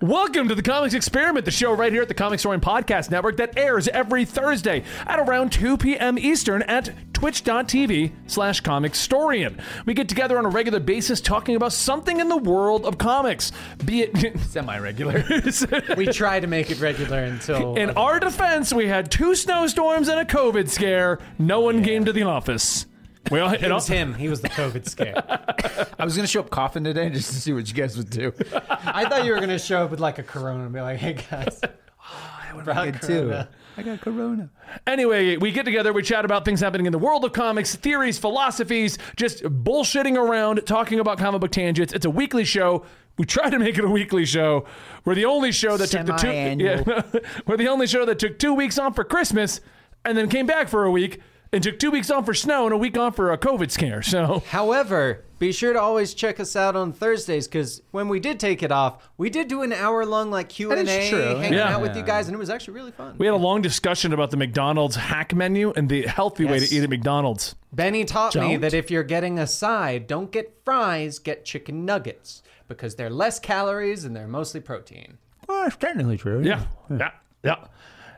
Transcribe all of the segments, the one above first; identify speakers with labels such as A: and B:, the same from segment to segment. A: Welcome to the Comics Experiment, the show right here at the Comic Story and Podcast Network that airs every Thursday at around 2 p.m. Eastern at twitch.tv slash comicstorian. We get together on a regular basis talking about something in the world of comics, be it...
B: Semi-regular. we try to make it regular until
A: In our defense, we had two snowstorms and a COVID scare. No one came to the office. Well,
B: it was him. He was the COVID scare.
C: I was gonna show up coughing today just to see what you guys would do.
B: I thought you were gonna show up with like a corona and be like, "Hey guys,
C: I
B: got corona.
C: I got corona.
A: Anyway, we get together, we chat about things happening in the world of comics, theories, philosophies, just bullshitting around, talking about comic book tangents. It's a weekly show. We try to make it a weekly show. We're the only show that took the two.
C: Semi-annual.
A: Yeah, we're the only show that took two weeks off for Christmas and then came back for a week and took two weeks off for snow and a week off for a COVID scare. So
B: However, be sure to always check us out on Thursdays because when we did take it off, we did do an hour long like Q and
C: is true.
B: A, hanging
A: Yeah.
B: out with you guys, and it was actually really fun.
A: we had a long discussion about the McDonald's hack menu and the healthy way
B: Yes.
A: to eat at McDonald's.
B: Benny taught me
A: Don't.
B: that if you're getting a side, don't get fries, get chicken nuggets because they're less calories and they're mostly protein.
C: Well, it's technically true.
A: Yeah. Yeah. Yeah.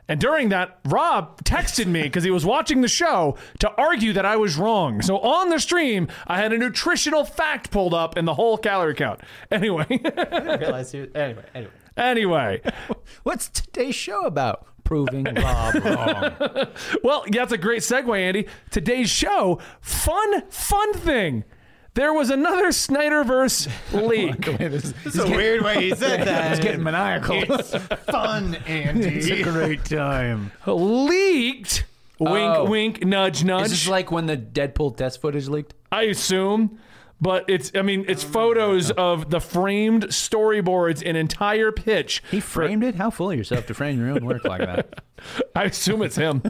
A: And during that, Rob texted me because he was watching the show to argue that I was wrong. So on the stream, I had a nutritional fact pulled up and the whole calorie count. Anyway,
B: I realize you. Anyway, anyway.
A: anyway.
C: What's today's show about? Proving Rob wrong.
A: Well, yeah, that's a great segue, Andy. Today's show, fun, fun thing. There was another Snyderverse
C: Oh
A: leak.
C: It's
B: It's a weird way he said that.
C: getting maniacal. It's
B: fun, Andy.
C: great time.
A: leaked. Wink,
C: Oh.
A: wink, nudge, nudge.
C: Is this like when the Deadpool test footage leaked?
A: I assume, but it's I mean it's photos of the framed storyboards and entire pitch.
C: He framed it. How full of yourself to frame your own work like that?
A: I assume it's him.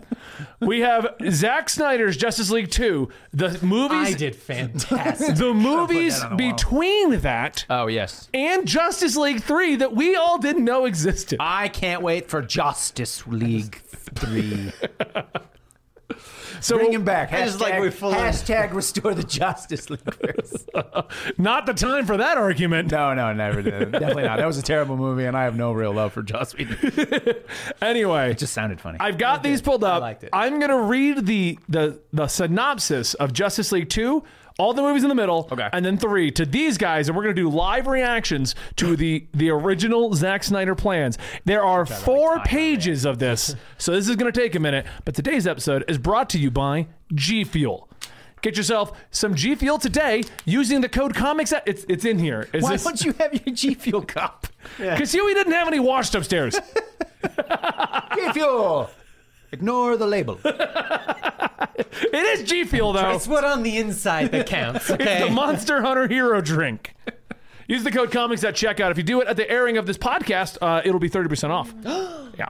A: we have Zack Snyder's Justice League 2, the
B: I
A: movies
B: did fantastic.
A: the movies
C: on the wall.
A: between that
C: Oh yes.
A: and Justice League 3 that we all didn't know existed.
C: I can't wait for Justice League Three.
A: so
C: Bring him back.
B: It's like we fully-
C: hashtag restore the Justice League. First.
A: not the time for that argument.
C: No, no, never did. Definitely not. That was a terrible movie, and I have no real love for Joss Whedon. It
A: Anyway,
C: just sounded funny.
A: I've got these pulled up.
B: liked it.
A: am gonna read the the the synopsis of Justice League Two, all the movies in the middle,
C: Okay.
A: and then three to these guys, and we're gonna do live reactions to the the original Zack Snyder plans. There are four pages of this, so this is gonna take a minute. But today's episode is brought to you by G Fuel. Get yourself some G Fuel today using the code Comics. At, it's it's in here. Is
C: Why
A: this-
C: don't you have your G Fuel cup?
A: Cause Huey didn't have any washed upstairs.
C: G Fuel. Ignore the label.
A: it is G Fuel though.
B: It's what on the inside that counts. Okay.
A: the Monster Hunter Hero Drink. Use the code comics at checkout. If you do it at the airing of this podcast, uh, it'll be 30% off. yeah.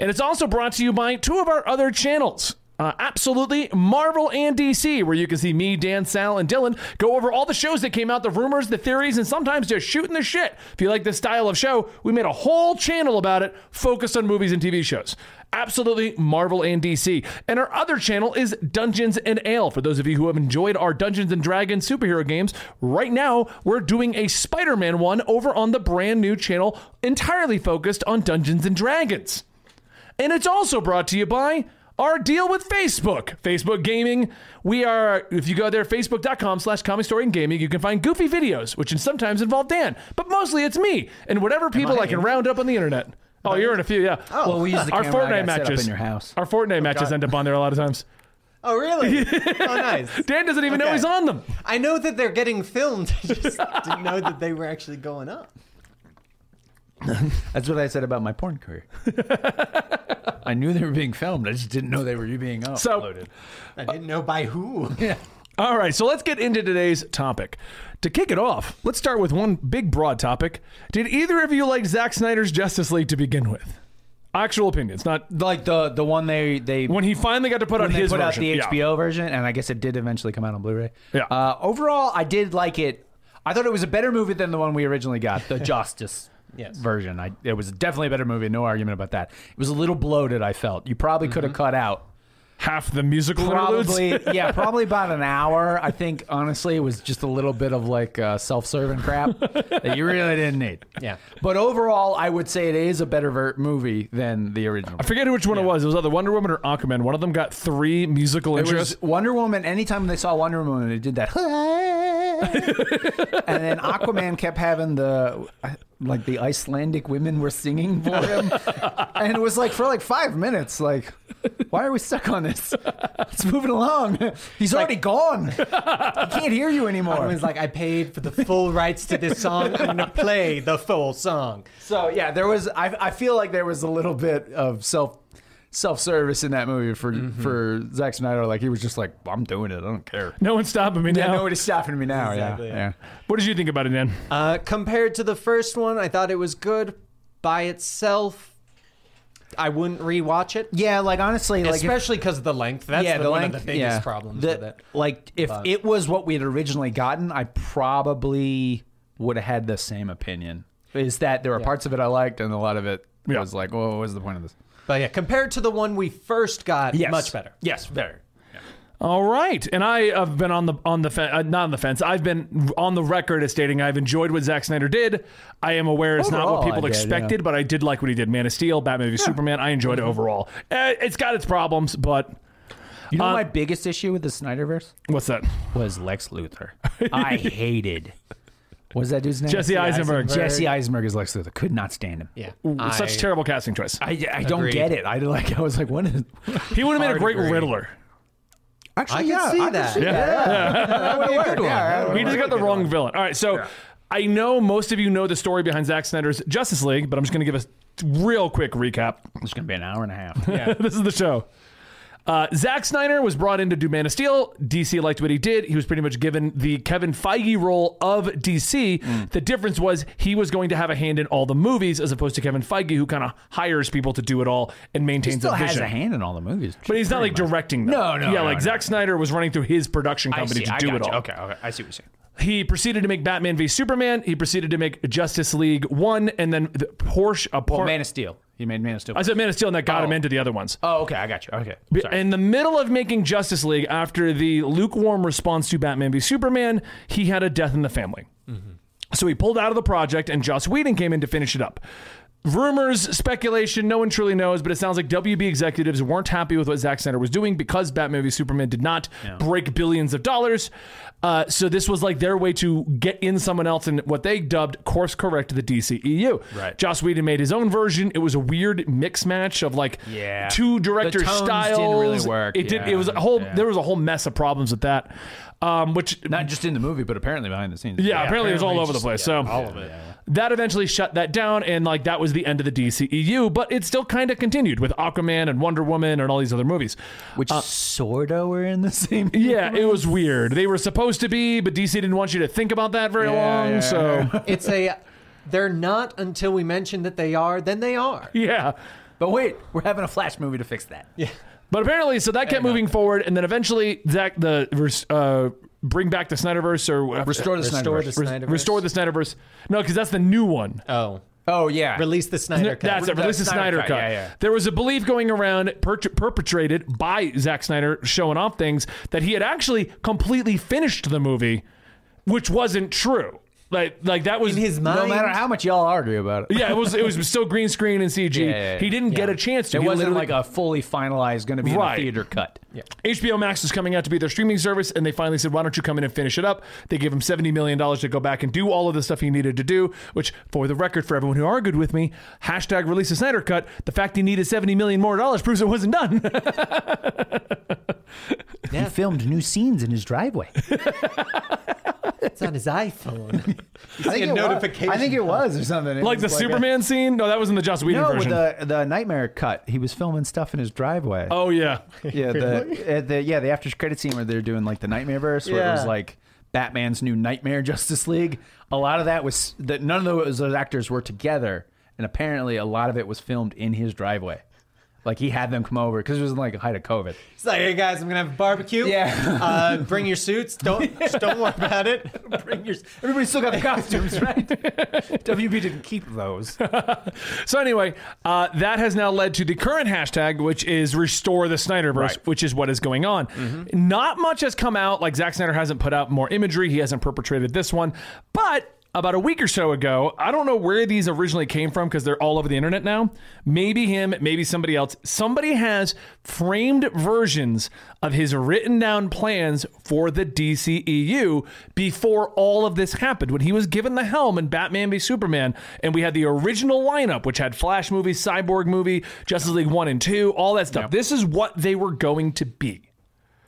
A: And it's also brought to you by two of our other channels. Uh, absolutely, Marvel and DC, where you can see me, Dan, Sal, and Dylan go over all the shows that came out, the rumors, the theories, and sometimes just shooting the shit. If you like this style of show, we made a whole channel about it focused on movies and TV shows. Absolutely, Marvel and DC. And our other channel is Dungeons and Ale. For those of you who have enjoyed our Dungeons and Dragons superhero games, right now we're doing a Spider Man one over on the brand new channel entirely focused on Dungeons and Dragons. And it's also brought to you by our deal with Facebook, Facebook Gaming. We are, if you go there, facebook.com slash comic story and gaming, you can find goofy videos, which sometimes involve Dan, but mostly it's me and whatever people I, can round up on the internet. Oh, you're in a few, yeah. Oh,
C: Well, we use the
A: our
C: camera I
A: Fortnite
C: got set up
A: matches
C: in your house.
A: Our Fortnite matches end up on there a lot of times.
B: oh, really? Oh, nice.
A: Dan doesn't even know
B: Okay.
A: he's on them.
B: I know that they're getting filmed. I just didn't know that they were actually going up.
C: That's what I said about my porn career. I knew they were being filmed. I just didn't know they were being uploaded.
A: So-
B: I
C: Uh,
B: didn't know by who.
A: All right, so let's get into today's topic. To kick it off, let's start with one big broad topic. Did either of you like Zack Snyder's Justice League to begin with? Actual opinions, not
C: like the the one they they
A: when he finally got to put out
C: when they
A: his
C: put
A: version. Yeah.
C: out the HBO version, and I guess it did eventually come out on Blu-ray.
A: Yeah.
C: Uh, overall, I did like it. I thought it was a better movie than the one we originally got, the Justice
B: Yes.
C: version. I,
B: Mm-hmm.
C: it was definitely a better movie. No argument about that. It was a little bloated. I felt you probably could have cut out
A: half the musical interludes.
C: Probably, yeah, probably about an hour. I think honestly, it was just a little bit of like uh, self-serving crap that you really didn't need.
B: Yeah.
C: but overall, I would say it is a better ver- movie than the original.
A: I forget which one it was. It was either Wonder Woman or Aquaman. One of them got three musical
C: It
A: interests.
C: was Wonder Woman. Anytime they saw Wonder Woman, they did that. and then Aquaman kept having the like the Icelandic women were singing for him, and it was like for like five minutes. Like, why are we stuck on this? It's moving along. He's already gone. I can't hear you anymore.
B: Everyone's like, I paid for the full rights to this song. I'm gonna play the full song.
C: So yeah, there was. I, I feel like there was a little bit of self self service in that movie for
B: Mm-hmm.
C: for Zack Snyder. Like he was just like, I'm doing it. I don't care.
A: no one's stopping me
C: Yeah,
A: now.
C: nobody's stopping me now.
B: Exactly,
C: yeah,
B: yeah.
C: yeah.
A: what did you think about it, Dan?
B: Uh, compared to the first one, I thought it was good by itself. I wouldn't rewatch it,
C: Yeah, like honestly, like if-
B: especially because of the length. That's
C: yeah,
B: the,
C: the
B: one
C: length,
B: of the biggest
C: yeah.
B: problems
C: The-
B: with it.
C: Like if
B: But-
C: it was what we had originally gotten, I probably would have had the same opinion. Is that there were parts of it I liked and a lot of it
A: Yeah.
C: was like, well, what was the point of this?
B: But yeah, compared to the one we first got, much better.
C: Yes, better.
A: All right, and I have been on the on the fence, uh, not on the fence. I've been on the record as stating I've enjoyed what Zack Snyder did. I am aware it's not
C: Overall,
A: what people
C: I did,
A: expected, but I did like what he did. Man of Steel, Batman v Superman. I enjoyed it
C: Mm-hmm.
A: overall. Uh, it's got its problems, but
C: You know,
A: Uh,
C: my biggest issue with the Snyderverse
A: what's that?
C: was Lex Luthor. I hated. What is that dude's name?
A: Jesse Eisenberg.
C: Jesse Eisenberg is Lex Luthor. Could not stand him.
B: Yeah,
A: Such
B: I-
A: terrible casting choice.
C: I, I don't
B: Agreed.
C: get it. I like. I was like, when is?
A: He would have made a
C: Hard
A: great
C: agree.
A: Riddler.
C: Actually,
B: I can see that.
C: yeah. that would have worked. Yeah, that
A: We
C: would've
A: just got
C: worked.
A: the wrong villain. All right, so I know most of you know the story behind Zack Snyder's Justice League, but I'm just going to give a real quick recap.
C: It's gonna be an hour and a half.
A: this is the show. Uh, Zack Snyder was brought in to do Man of Steel. DC liked what he did. He was pretty much given the Kevin Feige role of DC.
C: Mm.
A: The difference was he was going to have a hand in all the movies as opposed to Kevin Feige, who kind of hires people to do it all and maintains
C: He still
A: a vision.
C: has a hand in all the movies,
A: But he's not like directing them.
C: No, no,
A: Yeah,
C: no,
A: like
C: no.
A: Zack Snyder was running through his production
C: I
A: company
C: see,
A: to
C: I
A: do it
C: gotcha.
A: all.
C: Okay, okay, I see what you're saying.
A: He proceeded to make Batman v Superman. He proceeded to make Justice League One, and then the Porsche. A Por-
C: Man of Steel. He made Man of Steel.
A: I said Man of Steel, and that got him into the other ones.
C: oh, okay, I got you. Okay, sorry.
A: In the middle of making Justice League, after the lukewarm response to Batman v Superman, he had a death in the family. So he pulled out of the project, and Joss Whedon came in to finish it up. Rumors, speculation, no one truly knows, but it sounds like WB executives weren't happy with what Zack Snyder was doing because Batman v Superman did not break billions of dollars. Uh, so this was like their way to get in someone else and what they dubbed course correct the DCEU.
C: Right.
A: Joss Whedon made his own version. It was a weird mix match of like
C: Yeah.
A: two directors
C: The
A: character
C: tones
A: styles.
C: didn't really work,
A: It did.
C: yeah.
A: It was a whole.
C: Yeah.
A: There was a whole mess of problems with that. Um, which
C: not just in the movie, but apparently behind the scenes.
A: yeah, apparently it was all over the place. so all of it. That eventually shut that down, and like that was the end of the DCEU. But it still kind of continued with Aquaman and Wonder Woman and all these other movies.
C: which sorta were in the same.
A: Yeah, it was weird. They were supposed to be, but DC didn't want you to think about that very
C: Yeah,
A: long.
C: yeah,
A: so
B: It's a. They're not until we mention that they are. Then they are.
A: yeah.
C: But wait, we're having a Flash movie to fix that. Yeah,
A: But apparently, so that kept moving forward, and then eventually, Zach the uh, bring back the Snyderverse or
C: restore
B: Restore
C: the
B: the
C: Snyderverse.
A: Res-
B: Snyderverse.
A: restore the Snyderverse. No, because that's the new one.
B: Oh,
C: oh yeah,
B: release the Snyder cut.
A: That's it.
C: The
A: Release the Snyder,
C: Snyder
A: cut.
C: Cut, yeah, yeah.
A: There was a belief going around per- perpetrated by Zack Snyder showing off things that he had actually completely finished the movie, which wasn't true. Like like that was
B: in his mind.
C: No matter how much y'all argue about it,
A: yeah, it was it was still green screen and CG.
C: yeah, yeah.
A: He didn't get a chance to.
C: it
A: He
C: wasn't
A: literally-
C: like a fully finalized, going to be in
A: Right.
C: a theater cut. Yeah,
A: HBO Max was coming out to be their streaming service, and they finally said, "Why don't you come in and finish it up?" They gave him seventy million dollars to go back and do all of the stuff he needed to do. Which, for the record, for everyone who argued with me, hashtag release the Snyder cut. The fact he needed seventy million more dollars proves it wasn't done.
C: he filmed new scenes in his driveway.
B: It's on his iPhone.
C: I think
B: a
C: it was-
B: notification.
C: I think it was or something. It
A: like the
C: was a-
A: Superman scene? No, that was in the Joss Whedon
C: No, with
A: version.
C: the the nightmare cut, he was filming stuff in his driveway.
A: oh yeah,
C: Yeah, the, uh, the yeah the after credit scene where they're doing like the nightmare verse, where it was
B: Yeah.
C: like Batman's new Nightmare Justice League. A lot of that was that none of those, those actors were together, and apparently a lot of it was filmed in his driveway. Like he had them come over because it was like the height of COVID.
B: It's like, hey guys, I'm gonna have a barbecue.
C: Yeah.
B: Uh, bring your suits. Don't just don't worry about it. Bring your.
C: Everybody still got the costumes, right? WB didn't keep those.
A: So anyway, uh, that has now led to the current hashtag, which is restore the Snyderverse,
C: Right. Mm-hmm.
A: which is what is going on. Not much has come out. Like Zack Snyder hasn't put out more imagery. He hasn't perpetrated this one, but. About a week or so ago, I don't know where these originally came from because they're all over the internet now. Maybe him, maybe somebody else. Somebody has framed versions of his written down plans for the DCEU before all of this happened. When he was given the helm in Batman v Superman, and we had the original lineup, which had Flash movie, Cyborg movie, Justice League 1 and 2, all that stuff. This is what they were going to be.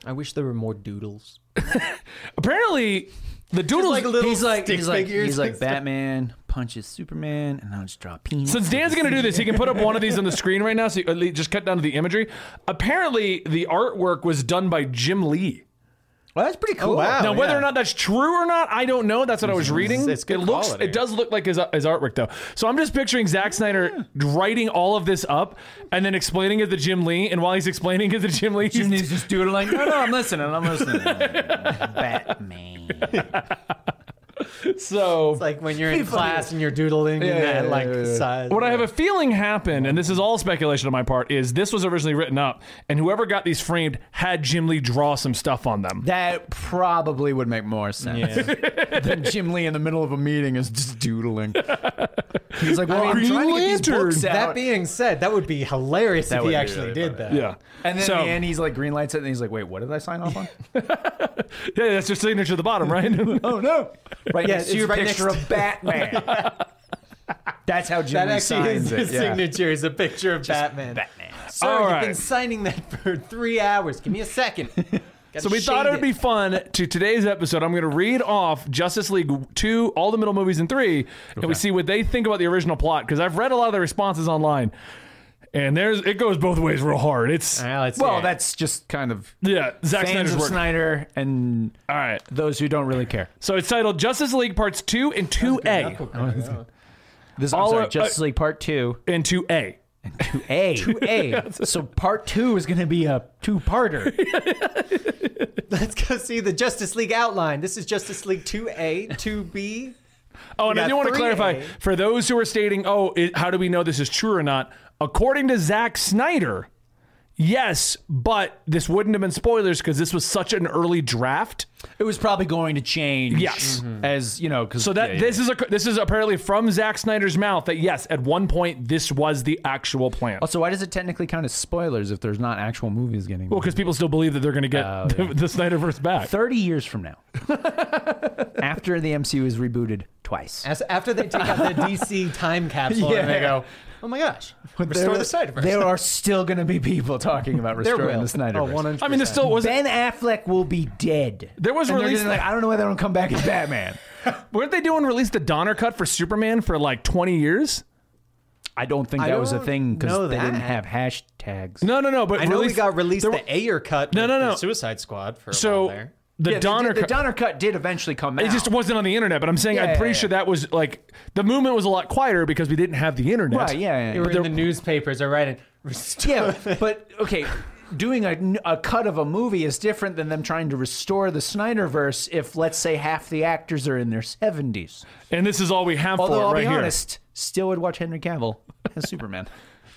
B: I wish there were more doodles.
A: Apparently, the doodles.
B: like little
C: he's like
B: stick
C: he's like
B: figures
C: he's
B: and
C: like
B: stuff.
C: Batman punches Superman, and I'll just draw a penis.
A: Since Dan's gonna do this, he can put up one of these on the screen right now. So you- at least just cut down to the imagery. Apparently, the artwork was done by Jim Lee.
C: well, that's pretty cool.
B: Oh, wow.
A: Now, whether
B: yeah.
A: or not that's true or not, I don't know. That's what I was reading.
B: it's good
A: it looks,
B: quality.
A: it does look like his, his artwork though. So I'm just picturing Zack Snyder writing all of this up and then explaining it to Jim Lee. And while he's explaining it to Jim Lee, he's,
C: And he's just doing like, no, no, I'm listening, I'm listening. Batman.
A: so
B: It's like when you're in class and you're doodling and
C: yeah,
B: that,
C: yeah,
B: like
C: yeah, yeah.
B: size.
A: What I have a feeling happened, and this is all speculation on my part, is this was originally written up, and whoever got these framed had Jim Lee draw some stuff on them.
C: That probably would make more sense than Jim Lee in the middle of a meeting is just doodling. He's like, well, I am
A: Green
C: trying to get these
A: Lantern.
C: books out.
B: That being said, that would be hilarious if
C: would
B: he
C: be
B: actually
C: really
B: did that.
A: yeah.
C: and then
A: so,
C: in the end, he's like, green lights it, and he's like, wait, what did I sign off on?
A: yeah, that's your signature at the bottom, right?
C: oh no! Right
B: Yeah,
C: next to
B: it's
C: your
B: right
C: picture
B: next
C: of Batman. That's how Jim
B: That actually
C: Lee
B: is
C: signs
B: his
C: it. yeah.
B: signature is a picture of Batman.
C: Batman.
B: Sir,
A: All
B: you've been
A: right.
B: signing that for three hours. Give me a second.
A: So we thought it would be fun to today's episode. I'm going to read off Justice League 2, all the middle movies, and 3, and we see what they think about the original plot because I've read a lot of the responses online. And there's it goes both ways real hard. It's
C: Well, that's just kind of
A: yeah, Zack
C: fans
A: Snyder's
C: of
A: work.
C: Snyder and
A: All right.
C: those who don't really care.
A: So it's titled Justice League Parts 2 and 2A.
C: This
A: All
C: I'm sorry,
A: of-
C: Justice League Part Two.
A: And 2A.
C: Two A. Two A. so part two is going to be a two-parter.
B: Let's go see the Justice League outline. This is Justice League 2A, 2B.
A: Oh, and
B: We
A: I
B: got
A: do want to
B: 3A.
A: clarify for those who are stating, oh, it, how do we know this is true or not? According to Zack Snyder, yes, but this wouldn't have been spoilers because this was such an early draft.
C: it was probably going to change.
A: Yes.
C: Mm-hmm. As you know, because
A: So that this is a, this is apparently from Zack Snyder's mouth that yes, at one point this was the actual plan. Well,
C: Also, why does it technically count as spoilers if there's not actual movies getting? made?
A: because people still believe that they're going to get the, the Snyderverse back.
C: Oh, thirty years from now, after the MCU is rebooted twice,
B: As, after they take out the DC time capsule and they
C: Yeah.
B: go, oh my gosh, restore the Snyderverse.
C: There are still going to be people talking about
B: There
C: restoring
B: will.
C: the Snyderverse.
B: Oh, 100%.
A: I mean, this still was
C: Ben Affleck will be dead.
A: There was
C: and they're
A: release-
C: gonna be like I don't know why they don't come back as Batman.
A: weren't they doing release the Donner cut for Superman for like twenty years?
C: I don't think
B: I
C: that was a
B: don't
C: thing
B: know
C: because they
B: that.
C: didn't have hashtags.
A: No, no, no. But
B: I know we
A: release-
B: got released
A: there were-
B: the Ayer cut.
A: No,
B: with
A: no,
B: the
A: no.
B: Suicide Squad for a
A: so
B: while there.
A: the
C: Yeah, the-
A: Donner
C: the,
A: cut.
C: Donner cut did eventually come out.
A: It just wasn't on the internet, but I'm saying I'm
C: Yeah,
A: pretty
C: yeah,
A: sure that was like the movement was a lot quieter because we didn't have the internet.
C: right, yeah,
B: They
C: yeah.
B: were
C: But
B: in the newspapers. I read it. Restore.
C: yeah, but okay, doing a, a cut of a movie is different than them trying to restore the Snyderverse if, let's say, half the actors are in their 70s.
A: And this is all we have
C: Although,
A: for it
C: I'll
A: right
C: be
A: here.
C: honest, still would watch Henry Cavill as Superman.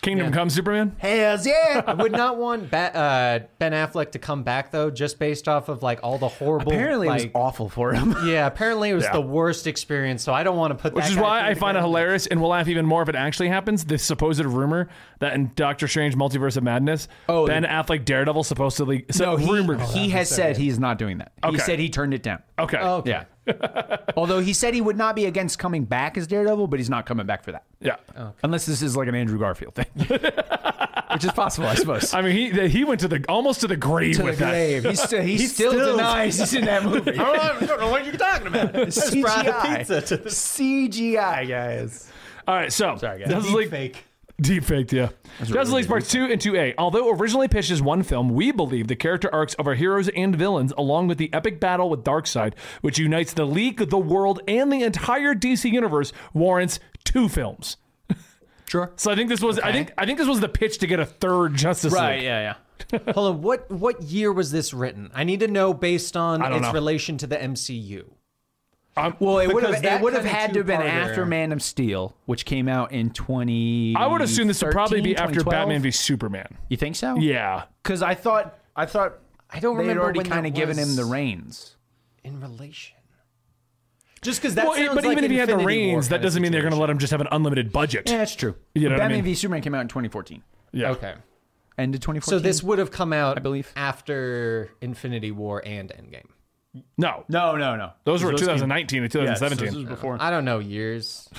A: Kingdom Come Superman.
C: Hells yeah!
B: I would not want ba- uh, Ben Affleck to come back though, just based off of like all the horrible.
C: Apparently,
B: like,
C: it was awful for him.
B: yeah, apparently it was
A: Yeah.
B: the worst experience. So I don't want to put.
A: Which
B: that
A: is
B: guy
A: why
B: through
A: I
B: the
A: find it
B: grinder.
A: hilarious and we'll laugh even more if it actually happens. This supposed rumor that in Doctor Strange Multiverse of Madness,
C: Oh,
A: Ben Affleck Daredevil supposedly so
C: No, he,
A: rumored.
C: he has said he's not doing that.
A: Okay.
C: He said he turned it down.
A: okay.
B: Oh, okay.
C: Yeah. Although he said he would not be against coming back as Daredevil, but he's not coming back for that.
A: Yeah.
B: Oh.
C: Unless this is like an Andrew Garfield thing, which is possible, I suppose.
A: I mean, he the- he went to the almost to the grave with that.
C: He, still he, still, denies he's in that movie.
B: I don't know what you're talking about.
C: CGI.
B: pizza to the
C: CGI, guys.
A: All right, so
B: guys.
A: Justice League-
B: fake.
A: Deep faked, yeah. Justice League Parts 2 and 2A. Although originally pitched as one film, we believe the character arcs of our heroes and villains, along with the epic battle with Darkseid, which unites the League, the world, and the entire DC universe, warrants two films.
B: Sure.
A: So I think this was I think I think this was the pitch to get a third Justice
B: Right.
A: League.
B: Yeah. Yeah. Hold on. What what year was this written? I need to know based on
A: I don't
B: its
A: know.
B: relation to the MCU.
A: I'm-
C: Well, it would
B: Because
C: have
B: that
C: it would have
B: kinda
C: had to have been
B: two-parter-
C: after Man of Steel, which came out in twenty.
A: I would assume this would probably be after Batman v Superman.
C: You think so?
A: Yeah.
C: Because I thought I thought
B: I don't
C: they'd
B: remember
C: already
B: when
C: kind
B: that
C: of given him
B: was
C: the reins.
B: in relation. Just because that
A: Well, it-
B: sounds
A: but
B: like
A: even if he had the
B: Infinity War
A: reins, that
B: kinda
A: doesn't mean they're going to
B: situation.
A: let him just have an unlimited budget.
C: Yeah, that's true.
A: You know what I
C: Batman
A: mean?
C: v Superman came out in 2014.
A: Yeah.
B: Okay.
C: End of 2014.
B: So this would have come out, I
C: believe.
B: after Infinity War and Endgame.
A: No.
C: No, no, no.
A: Those were
C: came-
A: 2019 and
C: Yeah, so
A: 2017.
C: This was before.
B: I don't know years.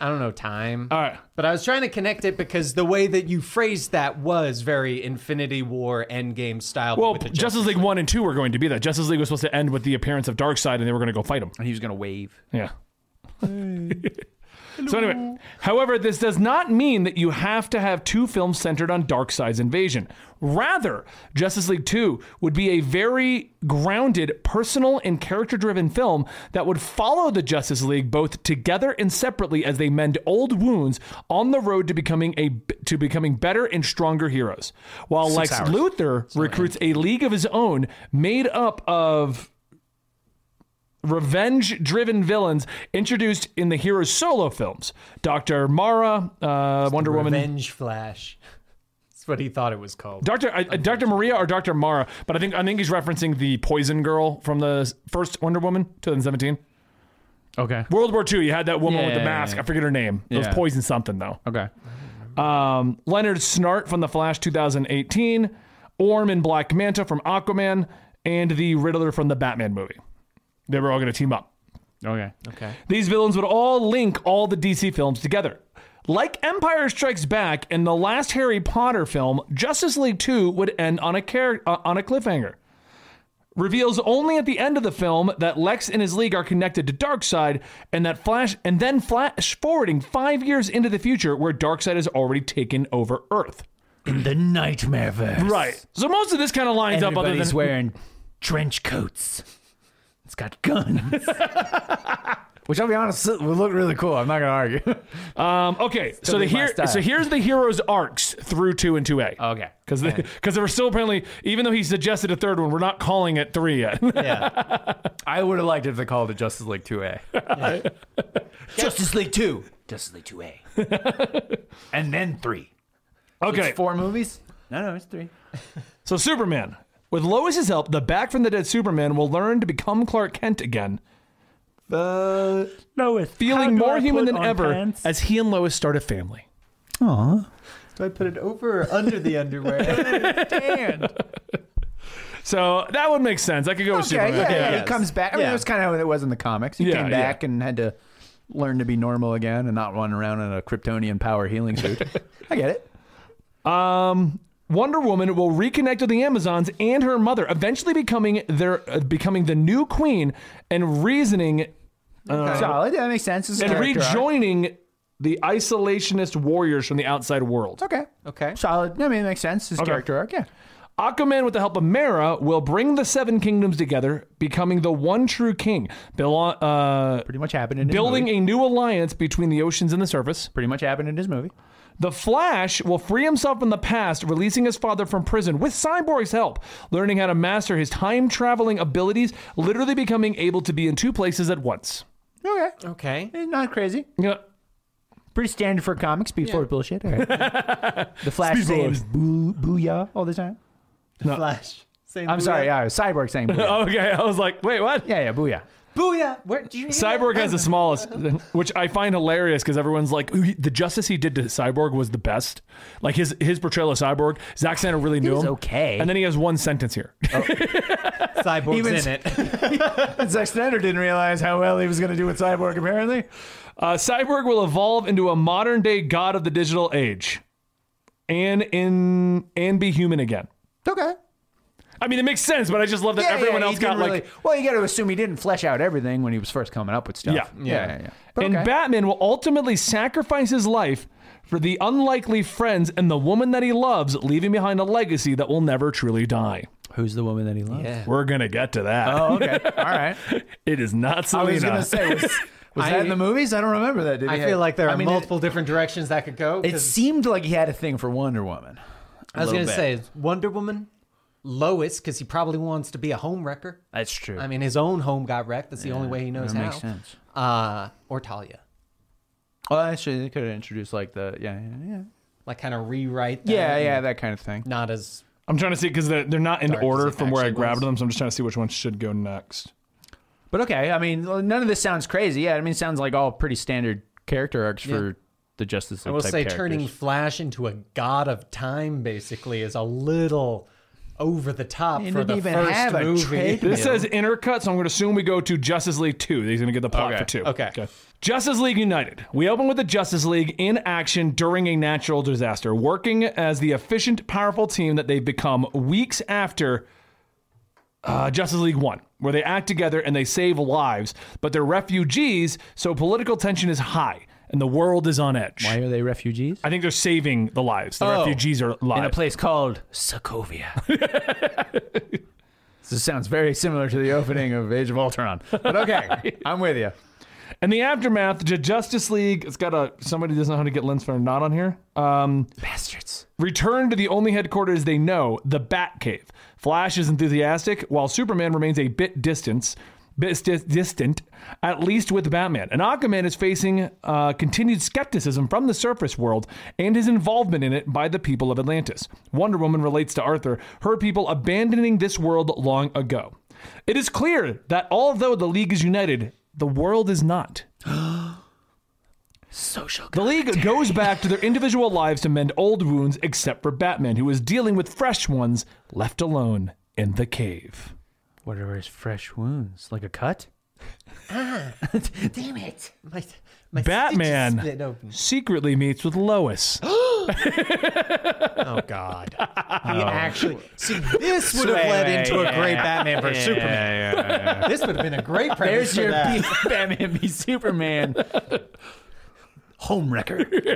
B: I don't know time.
A: All right.
B: But I was trying to connect it because the way that you phrased that was very Infinity War Endgame style. but
A: Well,
B: with the Justice
A: Justice League 1 and 2 were going to be that. Justice League was supposed to end with the appearance of Darkseid and they were going to go fight him.
C: And he was gonna wave.
A: Yeah. so anyway, however, this does not mean that you have to have two films centered on Darkseid's invasion. Rather, Justice League 2 would be a very grounded, personal, and character-driven film that would follow the Justice League both together and separately as they mend old wounds on the road to becoming a to becoming better and stronger heroes. While Lex
C: hours.
A: Luthor recruits a league of his own made up of revenge driven villains introduced in the hero's solo films Dr. Mara, uh, Wonder Woman.
B: Revenge Flash. That's what he thought it was called.
A: Doctor, uh, uh, Doctor Maria or Doctor Mara, but I think I think he's referencing the Poison Girl from the s- first Wonder Woman, 2017,
C: Okay.
A: World War II. You had that woman with the
C: Yeah.
A: mask. I forget her name. It was
C: Yeah.
A: Poison something though.
C: Okay.
A: Um, Leonard Snart from The Flash 2018, Orm and Black Manta from Aquaman, and the Riddler from the Batman movie. They were all going to team up.
C: Okay.
B: Okay.
A: These villains would all link all the DC films together. Like Empire Strikes Back and the last Harry Potter film, Justice League 2 would end on a, char- uh, on a cliffhanger. Reveals only at the end of the film that Lex and his league are connected to Darkseid, and that Flash, and then flash forwarding five years into the future where Darkseid has already taken over Earth.
C: The nightmare verse.
A: Right. So most of this kind of lines up. Other
C: Everybody's
A: than
C: wearing trench coats. It's got guns. Which I'll be honest, would look really cool. I'm not gonna argue.
A: um, okay, so the
C: be my
A: here,
C: style.
A: so here's the heroes' arcs through two and two A.
C: Okay.
A: Because they, because they were still apparently, even though he suggested a third one, we're not calling it three yet.
B: Yeah.
C: I would have liked if they called it Justice League 2A. Justice League 2. Justice League 2A. and then 3.
A: okay.
C: It's four movies? No, no, it's 3.
A: So Superman, with Lois's help, the back from the dead Superman will learn to become Clark Kent again,
C: Uh, Lois.
A: feeling more human than ever as he and Lois start a family.
C: Aww.
B: Do I put it over or under the underwear?
A: So that would make sense. I could go with
C: Yeah,
A: Superman.
C: Oh, yeah, yeah,
B: yeah.
C: He comes back. I mean,
B: Yeah.
C: that was kind of how it was in the comics. He
A: Yeah,
C: came back and had to learn to be normal again and not run around in a Kryptonian power healing suit. I get it.
A: Um, Wonder Woman will reconnect with the Amazons and her mother, eventually becoming their uh, becoming the new queen and reasoning
C: Solid. That makes sense. It's a
A: and
C: character arc.
A: rejoining the isolationist warriors from the outside world.
C: Okay.
B: okay.
C: Solid. I mean, it makes sense. His character arc. Yeah.
A: Aquaman, with the help of Mera, will bring the Seven Kingdoms together, becoming the one true king, Belo- uh,
C: Pretty much happened in his
A: building
C: movie.
A: a new alliance between the oceans and the surface.
C: Pretty much happened in his movie.
A: The Flash will free himself from the past, releasing his father from prison with Cyborg's help, learning how to master his time traveling abilities, literally becoming able to be in two places at once.
C: Okay.
B: Okay.
C: It's not crazy.
A: Yeah.
C: Pretty standard for comics. Speed forward bullshit. All right. the Flash
A: Speed forward.
C: saying boo- booyah all the time.
B: Flash. Same
C: I'm sorry. Yeah, Cyborg saying booyah.
A: Okay, I was like, wait, what?
C: yeah, yeah, booyah.
B: Booyah. Where do you hear
A: Cyborg
B: that?
A: has the smallest, which I find hilarious because everyone's like, "Ooh, he- the justice he did to Cyborg was the best. Like his his portrayal of Cyborg, Zack Snyder really knew
C: was
A: him.
C: okay.
A: and then he has one sentence here.
B: Cyborg's
C: Even-
B: in it.
C: Zack Snyder didn't realize how well he was going to do with Cyborg, apparently.
A: Uh, Cyborg will evolve into a modern day god of the digital age, and in and be human again.
C: Okay.
A: I mean, it makes sense, but I just love that everyone
C: he
A: else
C: didn't
A: got
C: really,
A: like.
C: Well, you got to assume he didn't flesh out everything when he was first coming up with stuff.
A: Yeah.
C: yeah, yeah. yeah. But
A: And
C: okay.
A: Batman will ultimately sacrifice his life for the unlikely friends and the woman that he loves, leaving behind a legacy that will never truly die.
C: Who's the woman that he loves?
B: Yeah.
A: We're gonna get to that.
C: Oh, okay. All right.
A: It is not
C: I was
A: Selena.
C: gonna say was, Was
B: I-
C: that in the movies? I don't remember that. Did
B: I
C: he?
B: feel like there are
C: I mean, it-
B: multiple different directions that could go.
C: It,
B: 'cause
C: seemed like he had a thing for Wonder Woman.
B: I was going
C: little
B: to say Wonder Woman, Lois, because he probably wants to be a home wrecker.
C: That's true.
B: I mean, his own home got wrecked. That's the only way he knows
C: that
B: how.
C: makes sense.
B: Uh, or Talia,
C: well, actually, they could have introduced like the yeah, yeah,
B: like kind of rewrite. That
C: yeah, yeah,
B: and
C: yeah, that kind of thing.
B: Not as
A: I'm trying to see because they're, they're not in
B: Dark as
A: order
B: it
A: from where I
B: actually
A: grabbed
B: was.
A: them, so I'm just trying to see which one should go next.
C: But okay, I mean, none of this sounds crazy. Yeah, I mean, it sounds like all pretty standard character arcs for the Justice League.
B: I will
C: type
B: say
C: characters.
B: turning Flash into a god of time basically is a little over the top
C: He
B: for
C: didn't
B: the
C: even
B: first
C: have a
B: movie.
C: trade-
A: This says intercut, so I'm going to assume we go to Justice League 2. He's going to get the plot
C: Okay,
A: for 2.
B: okay.
A: Justice League United. We open with the Justice League in action during a natural disaster, working as the efficient, powerful team that they've become weeks after uh, Justice League 1, where they act together and they save lives, but they're refugees, so political tension is high and the world is on edge.
C: Why are they refugees?
A: I think they're saving the lives. The
C: Oh.
A: refugees are live.
C: in a place called Sokovia. this sounds very similar to the opening of Age of Ultron. But okay, I'm with you.
A: In the aftermath, the Justice League, it's got a somebody doesn't know how to get lens flare not on here. Um,
C: Bastards.
A: return to the only headquarters they know, the Batcave. Flash is enthusiastic, while Superman remains a bit distance, bit dis- distant, at least with Batman. And Aquaman is facing uh, continued skepticism from the surface world and his involvement in it by the people of Atlantis. Wonder Woman relates to Arthur, her people abandoning this world long ago. It is clear that although the League is united, the world is not.
C: Social.
A: The league goes back to their individual lives to mend old wounds, except for Batman, who is dealing with fresh ones left alone in the cave.
C: What are his fresh wounds? Like a cut?
B: Damn it! My, my stitches
A: Batman.
B: split open.
A: Secretly meets with Lois.
B: Oh God! He actually see this would have led into a great Batman versus Superman. This would have been a great premise
C: There's
B: for
C: your
B: that.
C: B- Batman v Superman homewrecker.
B: It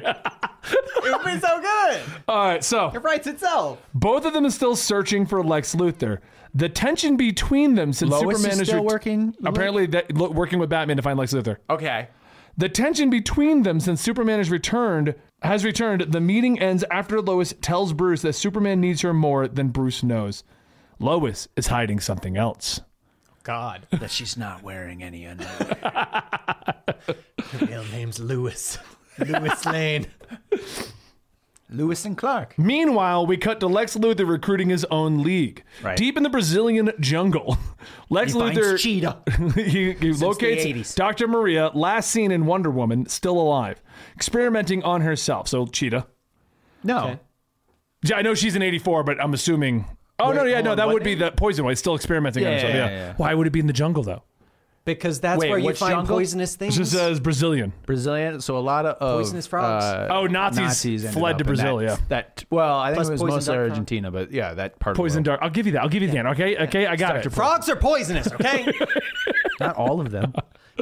B: would be so good.
A: All right, so
B: It writes itself.
A: both of them are still searching for Lex Luthor. The tension between them since
C: Lois
A: Superman
C: is still
A: ret-
C: working.
A: Apparently, that, lo- working with Batman to find Lex Luthor.
C: Okay.
A: The tension between them since Superman has returned has returned. The meeting ends after Lois tells Bruce that Superman needs her more than Bruce knows. Lois is hiding something else.
B: God,
C: That she's not wearing any underwear.
B: her real name's Lewis. Lewis Lane.
C: Lewis and Clark.
A: Meanwhile, we cut to Lex Luthor recruiting his own league.
C: Right.
A: Deep in the Brazilian jungle, Lex
C: Finds
A: Luthor
C: cheetah.
A: he, he
C: the
A: locates
C: 80s.
A: Dr. Maria, last seen in Wonder Woman, still alive, experimenting on herself. So, Cheetah.
C: No.
A: Yeah, I know she's in 84, but I'm assuming. Oh, no, yeah, no, that would be the poison way. Still experimenting on
C: Yeah,
A: herself.
C: yeah,
A: Yeah,
C: yeah.
A: Why would it be in the jungle, though?
B: Because that's
C: Wait,
B: where you
C: which
B: find
C: jungle?
B: poisonous things.
A: This says Brazilian.
C: Brazilian. So a lot of of,
B: Poisonous frogs.
C: uh,
A: Oh, Nazis,
C: ended
A: fled
C: up
A: to
C: in
A: Brazil,
C: That,
A: yeah.
C: that well, I think
B: Plus
C: it was
B: poison
C: mostly
B: dart frog.
C: Argentina, but yeah, that part.
A: Poison
C: of the
A: dart. I'll give you that. I'll give you that. Okay, okay, I got it.
B: Frogs are poisonous, okay?
C: world. Not all of them.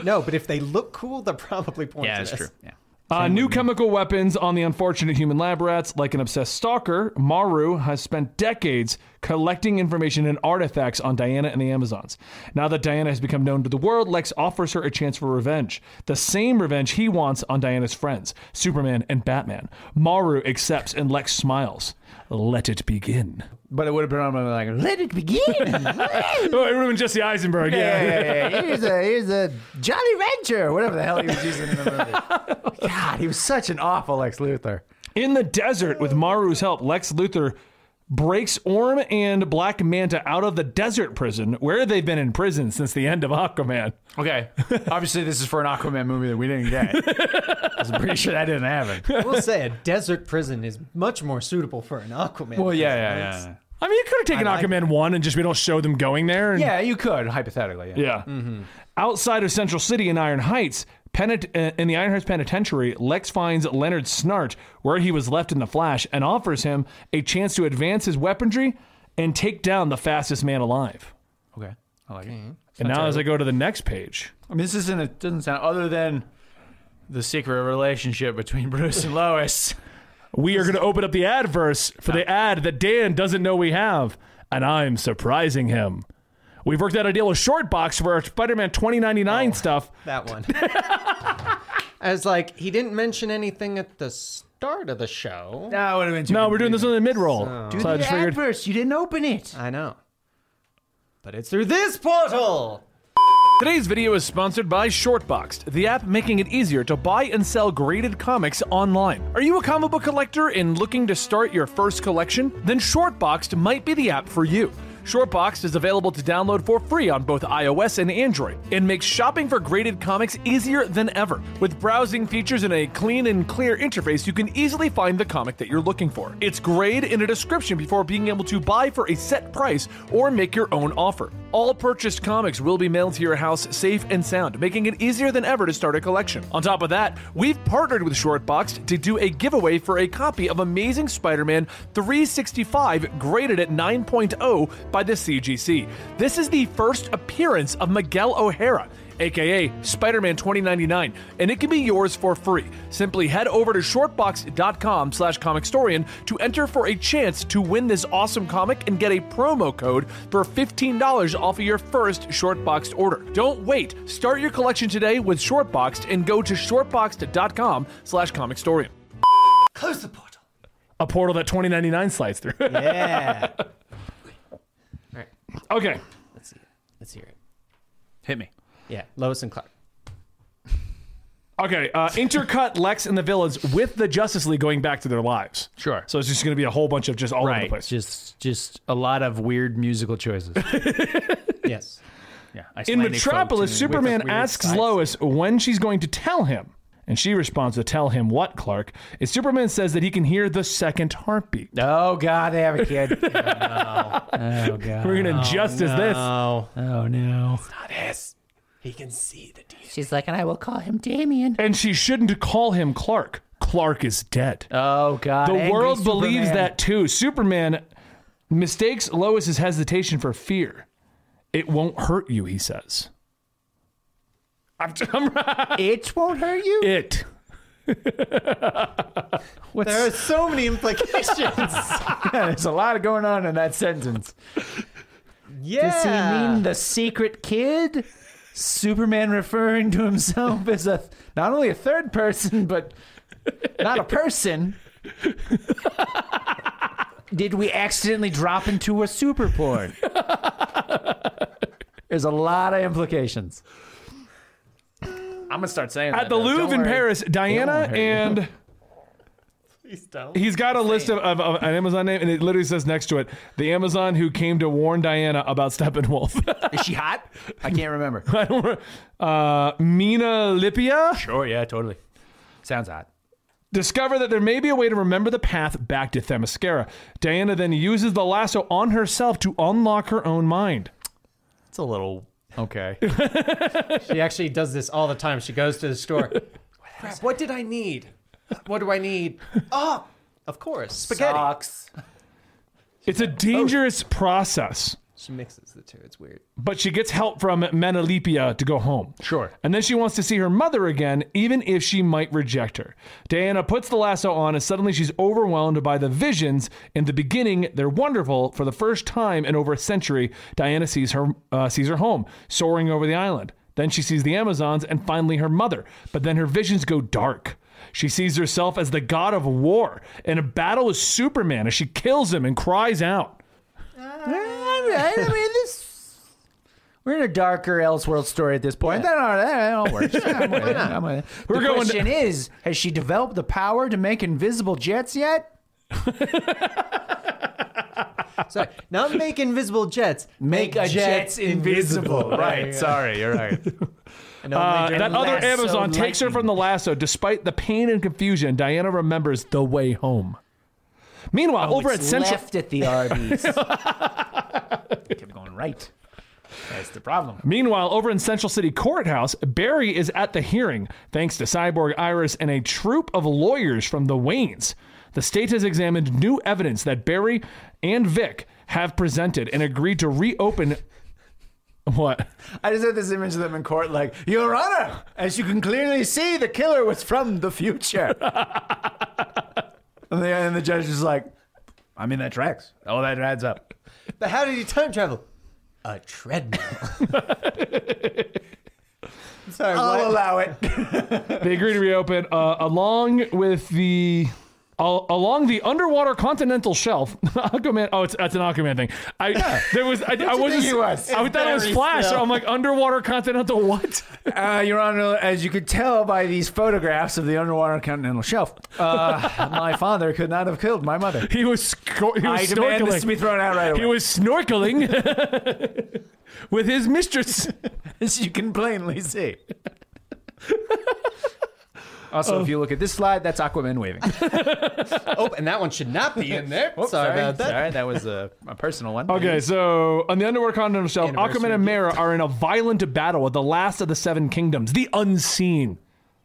B: no, but if they look cool, they're probably poisonous.
C: yeah, that's true. Yeah.
A: Uh, new chemical weapons on the unfortunate human lab rats. Like an obsessed stalker, Maru has spent decades collecting information and artifacts on Diana and the Amazons. Now that Diana has become known to the world, Lex offers her a chance for revenge. The same revenge he wants on Diana's friends, Superman and Batman. Maru accepts and Lex smiles. Let it begin.
C: But it would have been on my like, let it begin.
A: Oh, it would have been Jesse Eisenberg.
C: yeah, yeah, yeah. Here's a here's a Jolly Rancher, whatever the hell he was using in the movie. God, he was such an awful Lex Luthor.
A: In the desert, with Maru's help, Lex Luthor breaks Orm and Black Manta out of the desert prison, where they've been in prison since the end of Aquaman.
C: Okay, obviously this is for an Aquaman movie that we didn't get. I was pretty sure that didn't happen.
B: I will say a desert prison is much more suitable for an Aquaman.
C: Well, yeah,
B: prison.
C: yeah, yeah. yeah.
A: I mean, you could have taken
B: I like
A: Aquaman 1 and just we don't show them going there. and-
C: Yeah, you could hypothetically. Yeah.
A: Yeah.
B: Mm-hmm.
A: Outside of Central City in Iron Heights, penit- uh, in the Iron Heights Penitentiary, Lex finds Leonard Snart where he was left in the Flash and offers him a chance to advance his weaponry and take down the fastest man alive.
C: Okay, I like it.
A: And now, as I go to the next page,
C: I mean, this isn't. It doesn't sound other than the secret relationship between Bruce and Lois.
A: We are going to open up the ad verse for the ad that Dan doesn't know we have, and I'm surprising him We've worked out a deal with Shortbox for our Spider-Man 2099 stuff.
B: That one. I was like, he didn't mention anything at the start of the show.
C: No, would have been too
A: No, we're doing this one in the mid-roll.
C: Do
A: So I
C: the
A: just figured-
C: adverse. You didn't open it.
B: I know. But it's through this portal.
A: Today's video is sponsored by Shortboxed, the app making it easier to buy and sell graded comics online. Are you a comic book collector and looking to start your first collection? Then Shortboxed might be the app for you. Shortboxed is available to download for free on both iOS and Android and makes shopping for graded comics easier than ever. With browsing features and a clean and clear interface, you can easily find the comic that you're looking for. It's grade in a description before being able to buy for a set price or make your own offer. All purchased comics will be mailed to your house safe and sound, making it easier than ever to start a collection. On top of that, we've partnered with Shortboxed to do a giveaway for a copy of Amazing Spider Man 365 graded at 9.0 by the CGC. This is the first appearance of Miguel O'Hara. AKA Spider Man 2099, and it can be yours for free. Simply head over to shortbox.com slash comicstorian to enter for a chance to win this awesome comic and get a promo code for $15 off of your first Shortboxed order. Don't wait. Start your collection today with Shortboxed and go to shortboxed.com slash comicstorian.
B: Close the portal.
A: A portal that 2099 slides through.
B: Yeah. All right.
A: okay.
B: Let's see. Let's hear it.
D: Hit me.
B: Yeah. Lois and Clark.
A: Okay, uh, intercut Lex and the villains with the Justice League going back to their lives.
D: Sure.
A: So it's just going to be a whole bunch of just all over the
D: Right.
A: place.
D: Just just a lot of weird musical choices.
B: Yes.
D: yeah.
A: In
D: Icelandic
A: Metropolis,
D: folk tune with a
A: Superman
D: weird
A: asks
D: side-
A: Lois when she's going to tell him. And she responds to tell him what, Clark? And Superman says that he can hear the second heartbeat.
C: Oh God, they have a kid.
D: Oh god.
A: We're going to justice this.
B: Oh.
D: Oh no.
B: He can see the deal.
E: She's like, and I will call him Damien.
A: And she shouldn't call him Clark. Clark is dead.
D: Oh god.
A: the
D: Angry
A: world
D: Superman.
A: believes that too. Superman mistakes Lois's hesitation for fear. It won't hurt you, he says. I'm, I'm right.
C: it won't hurt you.
A: It.
D: What's-
B: There are so many implications.
C: There's a lot going on in that sentence.
B: yeah.
C: Does he mean the secret kid? Superman referring to himself as a not only a third person, but not a person. Did we accidentally drop into a super porn? There's a lot of implications. I'm gonna start saying
A: At the Louvre in Paris, Diana and
B: Please don't.
A: he's got a list of, of, of an Amazon name, and it literally says next to it the Amazon who came to warn Diana about Steppenwolf.
C: Is she hot? I can't remember.
A: I don't re- uh, Mina Lipia
C: Oh,
D: Sure, yeah, totally. Sounds odd.
A: discover that there may be a way to remember the path back to Themyscira. Diana then uses the lasso on herself to unlock her own mind.
D: It's a little okay.
B: She actually does this all the time. She goes to the store. Crap, what did I need? What do I need? Oh, of course, spaghetti.
C: Socks.
A: It's a dangerous process,
B: She mixes the two. It's weird.
A: but she gets help from Menelepia to go home.
D: Sure.
A: And then she wants to see her mother again, even if she might reject her. Diana puts the lasso on, and suddenly she's overwhelmed by the visions. In the beginning, they're wonderful. For the first time in over a century, Diana sees her uh, sees her home soaring over the island. Then she sees the Amazons and finally her mother. But then her visions go dark. She sees herself as the god of war in a battle with Superman as she kills him and cries out.
C: All right, I mean this. We're in a darker Elseworld story at this point. That, all, that all works. I'm with it. I'm with it.
A: We're
C: the
A: going to-
C: question is, has she developed the power to make invisible jets yet?
B: Sorry, not make invisible jets.
C: Make a
B: jets
C: jet invisible.
D: right, sorry, you're right.
B: And only
A: Uh,
B: during
A: that
B: the
A: other
B: last-
A: Amazon takes her from the lasso. Despite the pain and confusion, Diana remembers the way home. Meanwhile, over at
C: Oh, It's
A: Central,
C: left at the Arby's. Kept going right. That's the problem.
A: meanwhile over in Central City Courthouse, Barry is at the hearing thanks to Cyborg Iris and a troop of lawyers from the Waynes. The state has examined new evidence that Barry and Vic have presented and agreed to reopen. What?
C: I just had this image of them in court, like, Your Honor, as you can clearly see, the killer was from the future. and, the, and the judge is like, I mean, that tracks. All that adds up.
B: But how did you time travel? a treadmill. Sorry,
C: I'll
B: what?
C: allow it.
A: They agree to reopen uh, along with the. al- Along the underwater continental shelf, Aquaman. Oh, it's that's an Aquaman thing. I there was I, I wasn't.
C: think it was?
A: I thought it was
B: Very
A: Flash.
B: still.
A: So I'm like underwater continental. What?
C: Uh, Your Honor, as you could tell by these photographs of the underwater continental shelf, uh, my father could not have killed my mother.
A: He was, sco- he was
C: I demand this to
A: snorkeling.
C: be thrown out right away.
A: He was snorkeling with his mistress.
C: as you can plainly see. also, if you look at this slide, that's Aquaman waving.
B: Oh, and that one should not be in there. sorry, about that.
C: Oh, Sorry, that was a, a personal one.
A: Okay, so on the underwater continental shelf, Aquaman and Mera are in a violent battle with the last of the seven kingdoms, the unseen.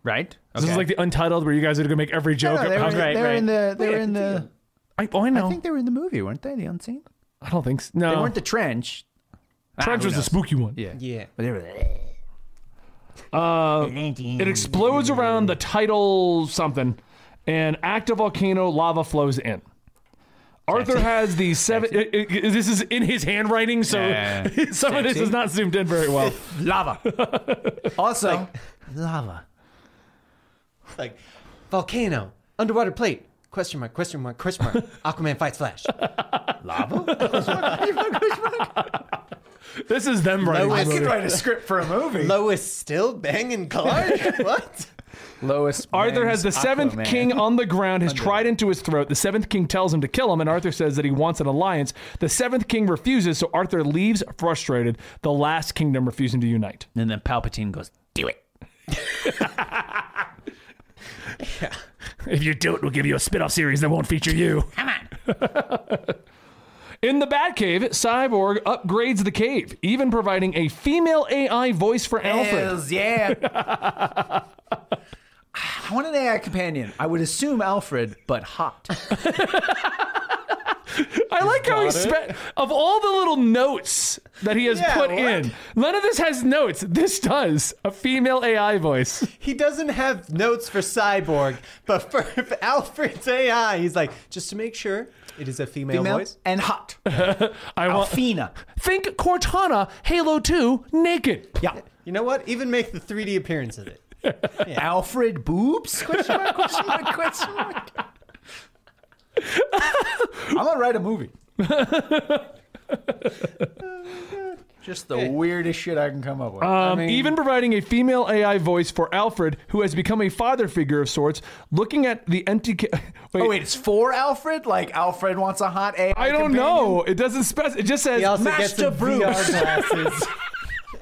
D: Right?
A: This is like the untitled where you guys are gonna make every
C: No,
A: joke.
C: no, they were,
A: about-
D: Right,
C: they were
D: right.
C: in the. They were in the.
A: I, oh, I know.
C: I
A: I,
C: think they were in the movie, weren't they? The unseen.
A: don't think so. No,
C: They weren't the trench.
A: Oh.
C: Ah,
A: Trench was the spooky one.
C: Yeah.
B: Yeah.
C: But they were there.
A: Uh, It explodes around the title something, and active volcano lava flows in. Arthur has the seven. i- i- this is in his handwriting, so
D: Yeah.
A: some of this is not zoomed in very well.
C: Also,
B: Lava. Like volcano, underwater plate. Question mark, question mark, question mark. Aquaman fights Flash.
A: This is them writing. this
B: Lois- I could
A: movie.
C: write a script for a movie.
B: Lois still banging Clark? what?
C: Lowest.
A: Arthur has the seventh king on the ground, his trident to his throat. The seventh king tells him to kill him, and Arthur says that he wants an alliance. The seventh king refuses, so Arthur leaves frustrated, the last kingdom refusing to unite.
C: And then Palpatine goes, "Do it."
A: If you do it, we'll give you a spin off series that won't feature you. Come on. In the Batcave, Cyborg upgrades the cave, even providing a female AI voice for Alfred.
C: Hells yeah. I want an AI companion. I would assume Alfred, but hot.
A: I like how he spent, of all the little notes that he has
B: Yeah,
A: put
B: what?
A: in, none of this has notes. This does. A female AI voice.
B: He doesn't have notes for Cyborg, but for, for Alfred's AI, he's like, just to make sure it is a female,
C: Female
B: voice.
C: and hot.
A: I want.
C: Alfina.
A: Think Cortana, Halo 2, naked.
C: Yeah.
B: You know what? Even make the 3D appearance of it.
C: Alfred boobs? Question mark, question mark, question mark. I'm gonna write a movie. Just the weirdest shit I can come up with.
A: Um, even providing a female AI voice for Alfred, who has become a father figure of sorts, looking at the empty. Ca- wait,
C: oh wait, it's for Alfred. Like Alfred wants a hot AI.
A: I don't know. It doesn't specify. It just says
B: He also gets
A: Master
B: some VR
A: Bruce.
B: glasses.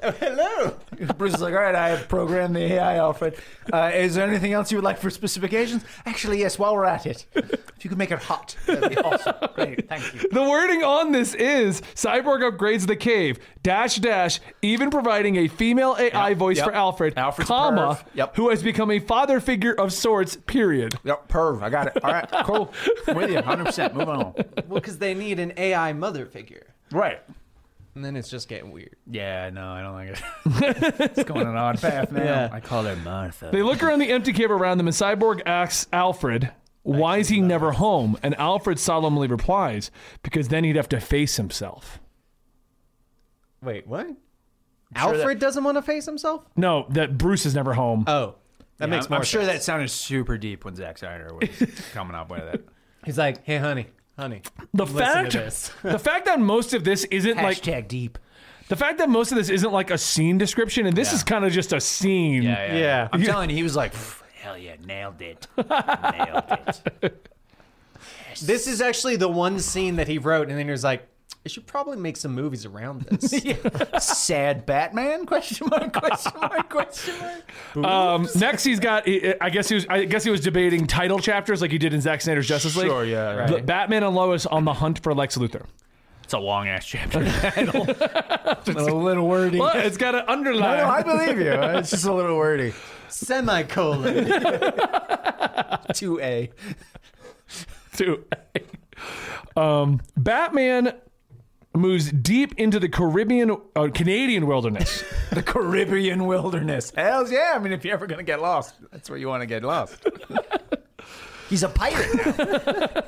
B: Oh, hello.
C: know. Bruce is like, all right, I have programmed the AI, Alfred. Uh, is there anything else you would like for specifications? Actually, yes. While we're at it, if you could make it hot, that'd be awesome. Great, thank you.
A: The wording on this is Cyborg upgrades the cave, dash, dash, even providing a female AI
C: Yep,
A: voice
C: yep.
A: for Alfred,
C: Alfred's a
A: comma,
C: perv. Yep.
A: who has become a father figure of sorts, period.
C: Yep, perv. I got it. All right, cool. With you, 100. percent Move on.
B: Well, because they need an AI mother figure.
C: Right.
B: And then it's just getting weird.
C: Yeah, no, I don't like it. it's going an odd path now. I call her Martha.
A: They look around the empty cave around them, and Cyborg asks Alfred, Why is he never home? And Alfred solemnly replies, Because then he'd have to face himself.
B: Wait, what? Alfred doesn't want to face himself?
A: No, that Bruce is never home.
C: Uh,
B: Oh, that
D: Yeah,
B: makes
D: I'm-
B: more
D: I'm sure
B: sense.
D: that sounded super deep when Zack Snyder was coming up with it.
B: He's like, hey, honey, honey.
A: the
B: listen to
A: fact,
B: this.
A: the fact that most of this isn't like
C: Hashtag deep.
A: the fact that most of this isn't like a scene description, and this is kind of just a scene.
D: Yeah, yeah.
B: Yeah.
D: I'm
C: I'm
D: telling
C: telling you, he was like, "Pff, hell yeah, nailed it. nailed it.
B: This is actually the one scene that he wrote, and then he was like, I should probably make some movies around this.
C: Sad Batman? Question mark, question mark, question mark.
A: Um, next, he's got. I guess he was. I guess he was debating title chapters like he did in Zack Snyder's Justice League.
D: Sure, yeah, right.
A: The- Batman and Lois on the hunt for Lex Luthor.
D: it's a long ass chapter.
C: a little wordy.
A: Well, it's got an underline.
C: No, I believe you. It's just a little wordy.
B: Semicolon.
C: 2A.
A: too. um, Batman moves deep into the Caribbean, uh, Canadian wilderness.
C: The Caribbean wilderness. Hells yeah. I mean, if you're ever going to get lost, that's where you want to get lost. He's a pirate now.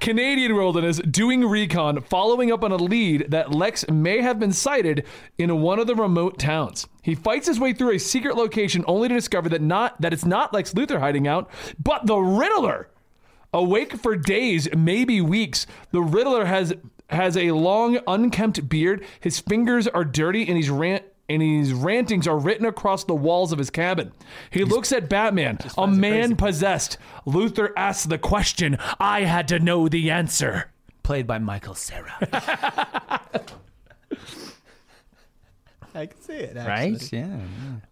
A: Canadian wilderness doing recon, following up on a lead that Lex may have been sighted in one of the remote towns. He fights his way through a secret location only to discover that not that it's not Lex Luthor hiding out, but the Riddler. Awake for days, maybe weeks, the Riddler has has a long, unkempt beard. His fingers are dirty, and he's rant and his rantings are written across the walls of his cabin. He looks at Batman, a man possessed. Luther asks the question. I had to know the answer.
C: Played by Michael Sarah.
B: I can see it. Actually.
C: Right? Yeah.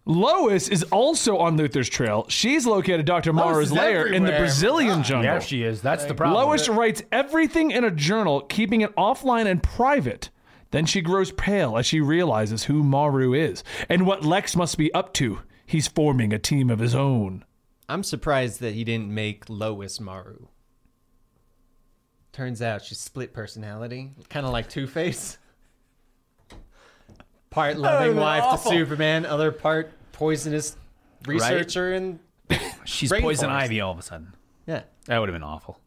A: Lois is also on Luther's trail. She's located Dr. Mara's
B: is
A: lair in the
B: everywhere.
A: Brazilian jungle.
D: Yeah, she is. That's the problem.
A: Lois writes everything in a journal, keeping it offline and private. Then she grows pale as she realizes who Maru is and what Lex must be up to. He's forming a team of his own.
B: I'm surprised that he didn't make Lois Maru. Turns out she's split personality, kind of like Two Face. Part loving wife to Superman, other part poisonous researcher, and
D: She's
B: Rainforest.
D: poison ivy all of a sudden.
B: yeah,
D: That would have been awful.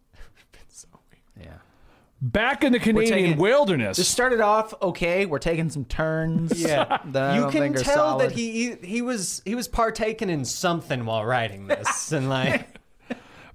A: Back in the Canadian
C: taking-
A: wilderness.
C: Just started off okay. We're taking some turns.
B: yeah.
C: that I
B: you
C: don't
B: can
C: think are
B: tell
C: solid.
B: that he he was he was partaking in something while writing this, and like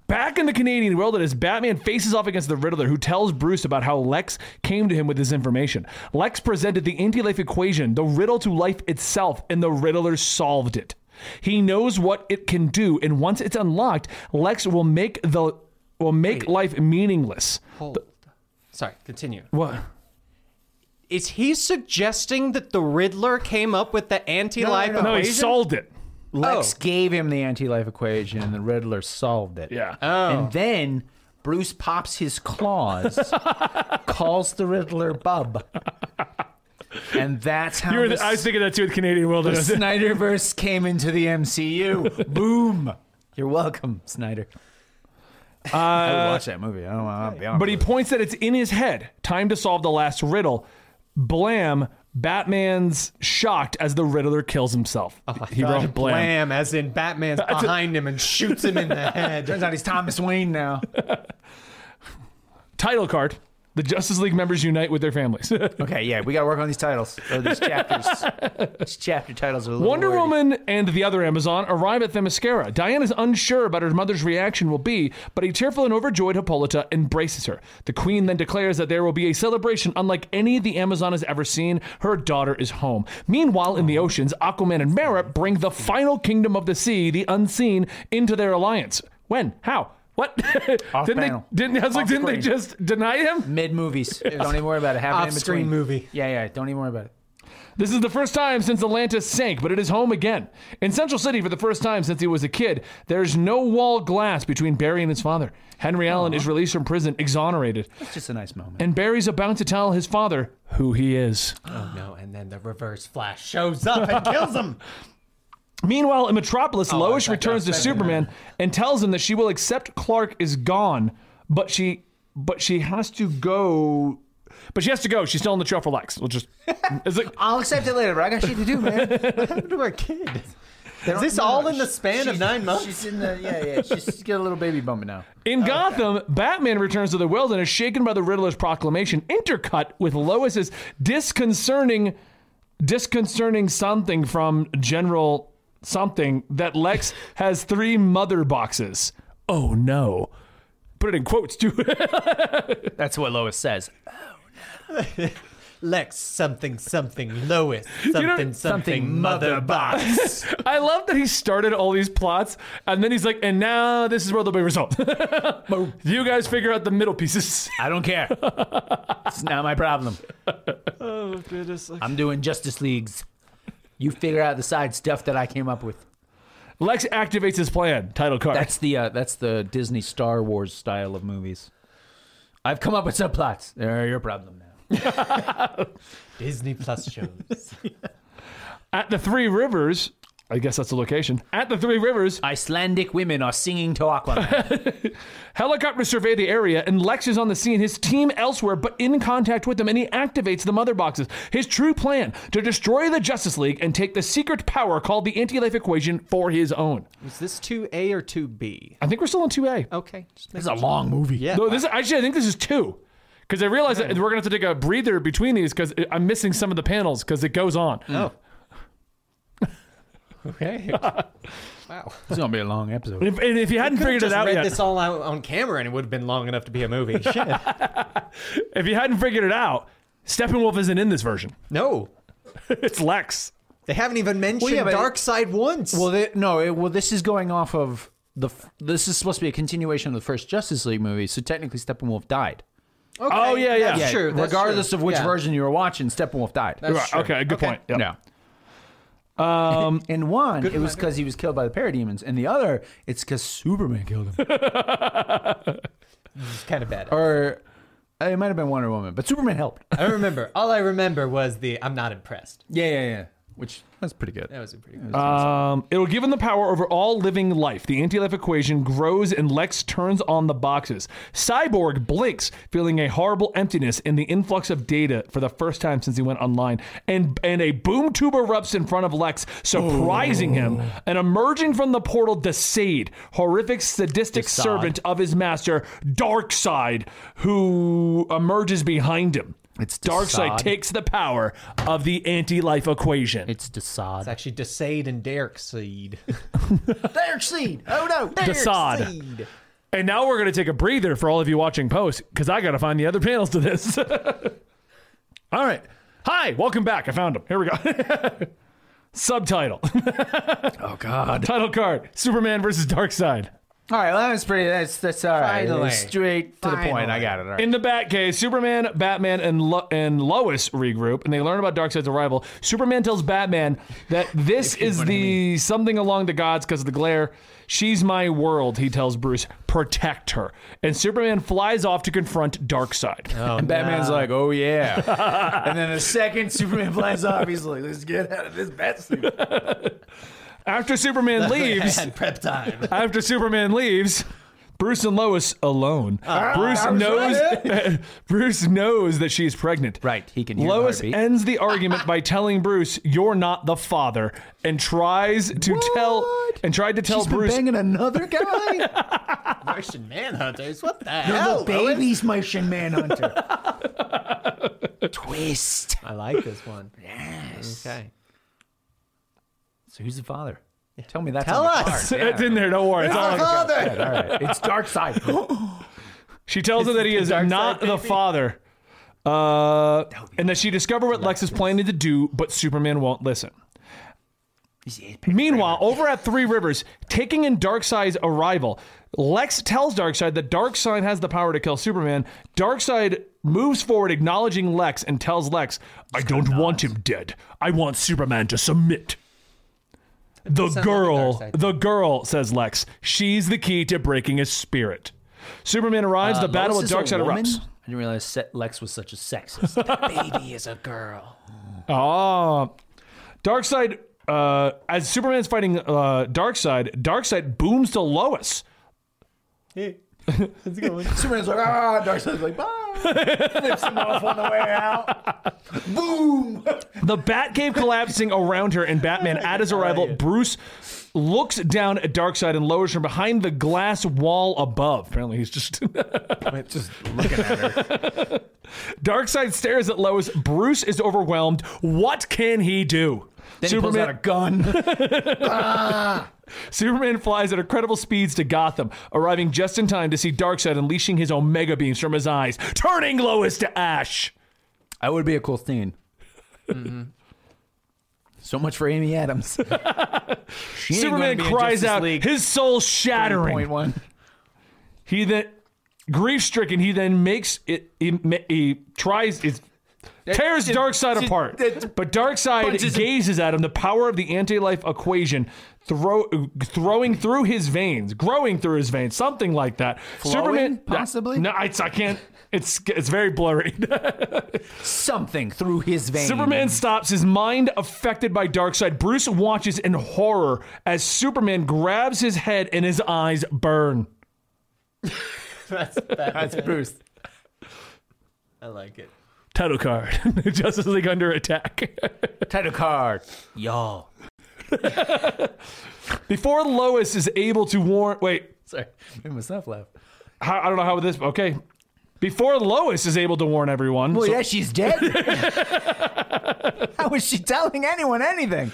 A: Back in the Canadian wilderness, Batman faces off against the Riddler, who tells Bruce about how Lex came to him with this information. Lex presented the anti life equation, the riddle to life itself, and the Riddler solved it. He knows what it can do, and once it's unlocked, Lex will make the will make life meaningless.
B: hold. Sorry, continue.
A: What?
B: Is he suggesting that the Riddler came up with the anti-life
A: No, he
B: equation?
A: solved it.
C: Lex
B: Oh.
C: gave him the anti-life equation, and the Riddler solved it.
A: Yeah.
B: Oh.
C: And then Bruce pops his claws, calls the Riddler Bub, and that's how
A: You were
C: the,
A: I was thinking that too with Canadian wilderness.
C: Snyderverse came into the MCU. Boom. You're welcome, Snyder.
D: Uh,
C: I would watch that movie. I don't want to be honest.
A: But he points that it's in his head. Time to solve the last riddle. Blam. Batman's shocked as the Riddler kills himself. he wrote Blam.
B: Blam, as in Batman's behind him and shoots him in the head.
C: Turns out he's Thomas Wayne now.
A: Title card. The Justice League members unite with their families.
C: Okay, yeah, we got to work on these titles or these chapters. these chapter titles are a little
A: Wonder
C: wordy.
A: Woman and the other Amazon arrive at Themyscira. Diane is unsure about her mother's reaction will be, but a tearful and overjoyed Hippolyta embraces her. The queen then declares that there will be a celebration unlike any the Amazon has ever seen. Her daughter is home. Meanwhile, in the
C: Oh.
A: oceans, Aquaman and Mara bring the final kingdom of the sea, the unseen, into their alliance. When? How? What? didn't
C: panel.
A: they? Didn't, I was like,
C: Off
A: didn't they
C: screen.
A: just deny him?
C: Mid movies. Don't even worry about it. Happening in
B: Off-screen
C: between.
B: movie.
C: Yeah, yeah. Don't even worry about it.
A: This is the first time since Atlantis sank, but it is home again. In Central City, for the first time since he was a kid, there's no wall glass between Barry and his father. Henry Allen is released from prison, exonerated,
C: It's just a nice moment.
A: and Barry's about to tell his father who he is.
F: Uh-huh.
B: Oh no, and then the reverse flash shows up and kills him.
A: Meanwhile, in Metropolis, Lois
B: thought that
A: returns to
B: was better than
A: Superman and tells him that she will accept Clark is gone, but she but she has to go. But she has to go. She's still on the trail for Lex. We'll just. It's like,
C: I'll accept it later, but I got shit to do, man.
B: What happened to our kid? Is this all in the span of nine months?
C: She's in the yeah, yeah. She's got a little baby bump now.
A: In Gotham, Batman returns to the wilderness, shaken by the Riddler's proclamation, intercut with Lois's disconcerting, disconcerting something from General something that Lex has three mother boxes. Oh no. Put it in quotes too.
D: That's what Lois says.
B: Lex something something Lois something something,
C: something
B: mother box.
A: I love that he started all these plots and then he's like, and now this is where there'll be a result. you guys figure out the middle pieces.
D: I don't care.
C: It's not my problem. I'm doing Justice Leagues. You figure out the side stuff that I came up with.
A: Lex activates his plan. Title card.
C: That's the uh, that's the Disney Star Wars style of movies. I've come up with subplots. They're your problem now.
B: Disney Plus shows.
A: At the Three Rivers, I guess that's the location. At the Three Rivers,
B: Icelandic women are singing to Aquaman.
A: Helicopters survey the area, and Lex is on the scene, his team elsewhere, but in contact with them, and he activates the mother boxes. His true plan to destroy the Justice League and take the secret power called the anti life equation for his own.
F: Is this 2A or 2B?
A: I think we're still in 2A.
F: Okay. Just make-
B: it's a long movie.
F: Yeah.
A: No, this is, actually, I think this is 2. Because I realize that we're going to have to take a breather between these because I'm missing some of the panels because it goes on.
F: Oh.
B: Okay.
F: Wow.
D: It's gonna be a long episode.
A: If- and if you hadn't figured it
F: Just
A: out
F: read
A: yet,
F: this all out on camera and it would have been long enough to be a movie. Shit.
A: if you hadn't figured it out, Steppenwolf isn't in this version.
F: No.
A: It's Lex.
F: They haven't even mentioned
C: yeah, but-
F: Dark Side once.
C: Well, they, no. It, well, this is going off of the. f- This is supposed to be a continuation of the first Justice League movie, so technically Steppenwolf died.
F: Okay,
A: Oh, yeah, yeah.
F: that's
A: Yeah,
F: true. that's
C: Regardless
F: true.
C: of which
F: Yeah.
C: version you were watching, Steppenwolf died.
F: That's
A: Right,
F: true.
A: okay, good point. Yep.
C: Yeah. Um, in one, it was because he was killed by the parademons. In the other, it's because Superman killed him.
F: It's kind of bad.
C: or uh, it might have been Wonder Woman, but Superman helped.
F: I remember. All I remember was the I'm not impressed.
C: yeah, yeah, yeah. Which that's pretty good.
F: That was a pretty good.
A: Um, it'll give him the power over all living life. The anti life equation grows, and Lex turns on the boxes. Cyborg blinks, feeling a horrible emptiness in the influx of data for the first time since he went online. And, and a boom tube erupts in front of Lex, surprising him. And emerging from the portal, Desaid, horrific, sadistic servant of his master, Darkseid, who emerges behind him.
C: It's
A: Darkseid
C: Desaad.
A: takes the power of the anti life equation.
C: It's Desaad.
F: It's actually Desade and Derek Seed.
B: Dark Seed.
F: oh no,
A: Desaad.
F: Seed.
A: And now we're going to take a breather for all of you watching post because I got to find the other panels to this. all right. Hi, welcome back. I found them. Here we go. Subtitle.
C: Oh God.
A: Title card Superman versus Darkseid.
C: All right, well, that was pretty. That's that's all right.
F: Finally.
C: Straight to the point. I got it. All right.
A: In the Batcave, Superman, Batman, and, Lo- and Lois regroup and they learn about Darkseid's arrival. Superman tells Batman that this is the something along the gods because of the glare. She's my world, he tells Bruce. Protect her. And Superman flies off to confront Darkseid.
C: and Batman's like, oh yeah. and then the second Superman flies off, he's like, let's get out of this bat suit.
A: After Superman leaves,
F: And prep time.
A: after Superman leaves, Bruce and Lois alone.
C: Ah,
A: Bruce knows Bruce knows that she's pregnant.
C: Right, he can hear her
A: Lois
C: heartbeat.
A: ends the argument by telling Bruce, "You're not the father," and tries to tell
C: What?
A: and tried to tell
C: She's been
A: Bruce.
C: banging another guy.
F: Martian Manhunters. What the hell?
C: the baby's Martian Manhunter. Twist.
F: I like this one. Yes. Okay.
C: So who's the father? Tell me that.
F: Tell us.
A: It's in there. Don't worry. It's all
F: Father.
C: All right. It's dark side.
A: She tells her that he is not the father, uh, and that she discovered what Lex is planning to do, but Superman won't listen. Meanwhile, over at Three Rivers, taking in Darkseid's arrival, Lex tells Darkseid that Darkseid has the power to kill Superman. Darkseid moves forward, acknowledging Lex, and tells Lex, I don't want him dead. I want Superman to submit. The
F: sound like a
A: girl,
F: Darkseid.
A: the girl, says Lex. She's the key to breaking his spirit. Superman arrives,
C: Uh,
A: the battle with Darkseid erupts.
B: I didn't realize Se- Lex was such a sexist. baby is a girl.
A: Oh. Darkseid, uh, as Superman's fighting uh, Darkseid, Darkseid booms to Lois.
C: Superman's like, ah, Darkseid's like, bye. Flips him off on the way out. Boom.
A: The Batcave collapsing around her, and Batman at his arrival, Bruce looks down at Darkseid and lowers from behind the glass wall above. Apparently, he's just.
D: Just looking at her.
A: Darkseid stares at Lois. Bruce is overwhelmed. What can he do?
C: Then he pulls out a gun.
A: Superman flies at incredible speeds to Gotham, arriving just in time to see Darkseid unleashing his Omega beams from his eyes, turning Lois to ash.
C: That would be a cool scene.
A: Mm-hmm.
C: So much for Amy Adams. She ain't gonna
A: Superman
C: be in
A: cries
C: Justice
A: out,
C: League
A: his soul shattering.
C: 3.1.
A: He then, grief stricken, he then makes it. He, ma- he tries. Is tears Darkseid
D: it-
A: apart.
D: it-
A: But Darkseid
D: punches-
A: gazes at him, the power of the anti-life equation throw, throwing through his veins, growing through his veins, something like that. Superman,
C: possibly?
A: No, it's, I can't. It's it's very blurry.
C: Something through his veins.
A: Superman stops, his mind affected by Darkseid. Bruce watches in horror as Superman grabs his head and his eyes burn.
F: That's bad.
B: That's Bruce.
F: I like it.
A: Title card Justice League under attack.
B: Title card.
F: Y'all.
A: Before Lois is able to warn. Wait,
B: Sorry, made myself laugh.
A: how, I don't know how this. Okay. Before Lois is able to warn everyone.
C: Well,
A: so-
C: yeah, she's dead. How is she telling anyone anything?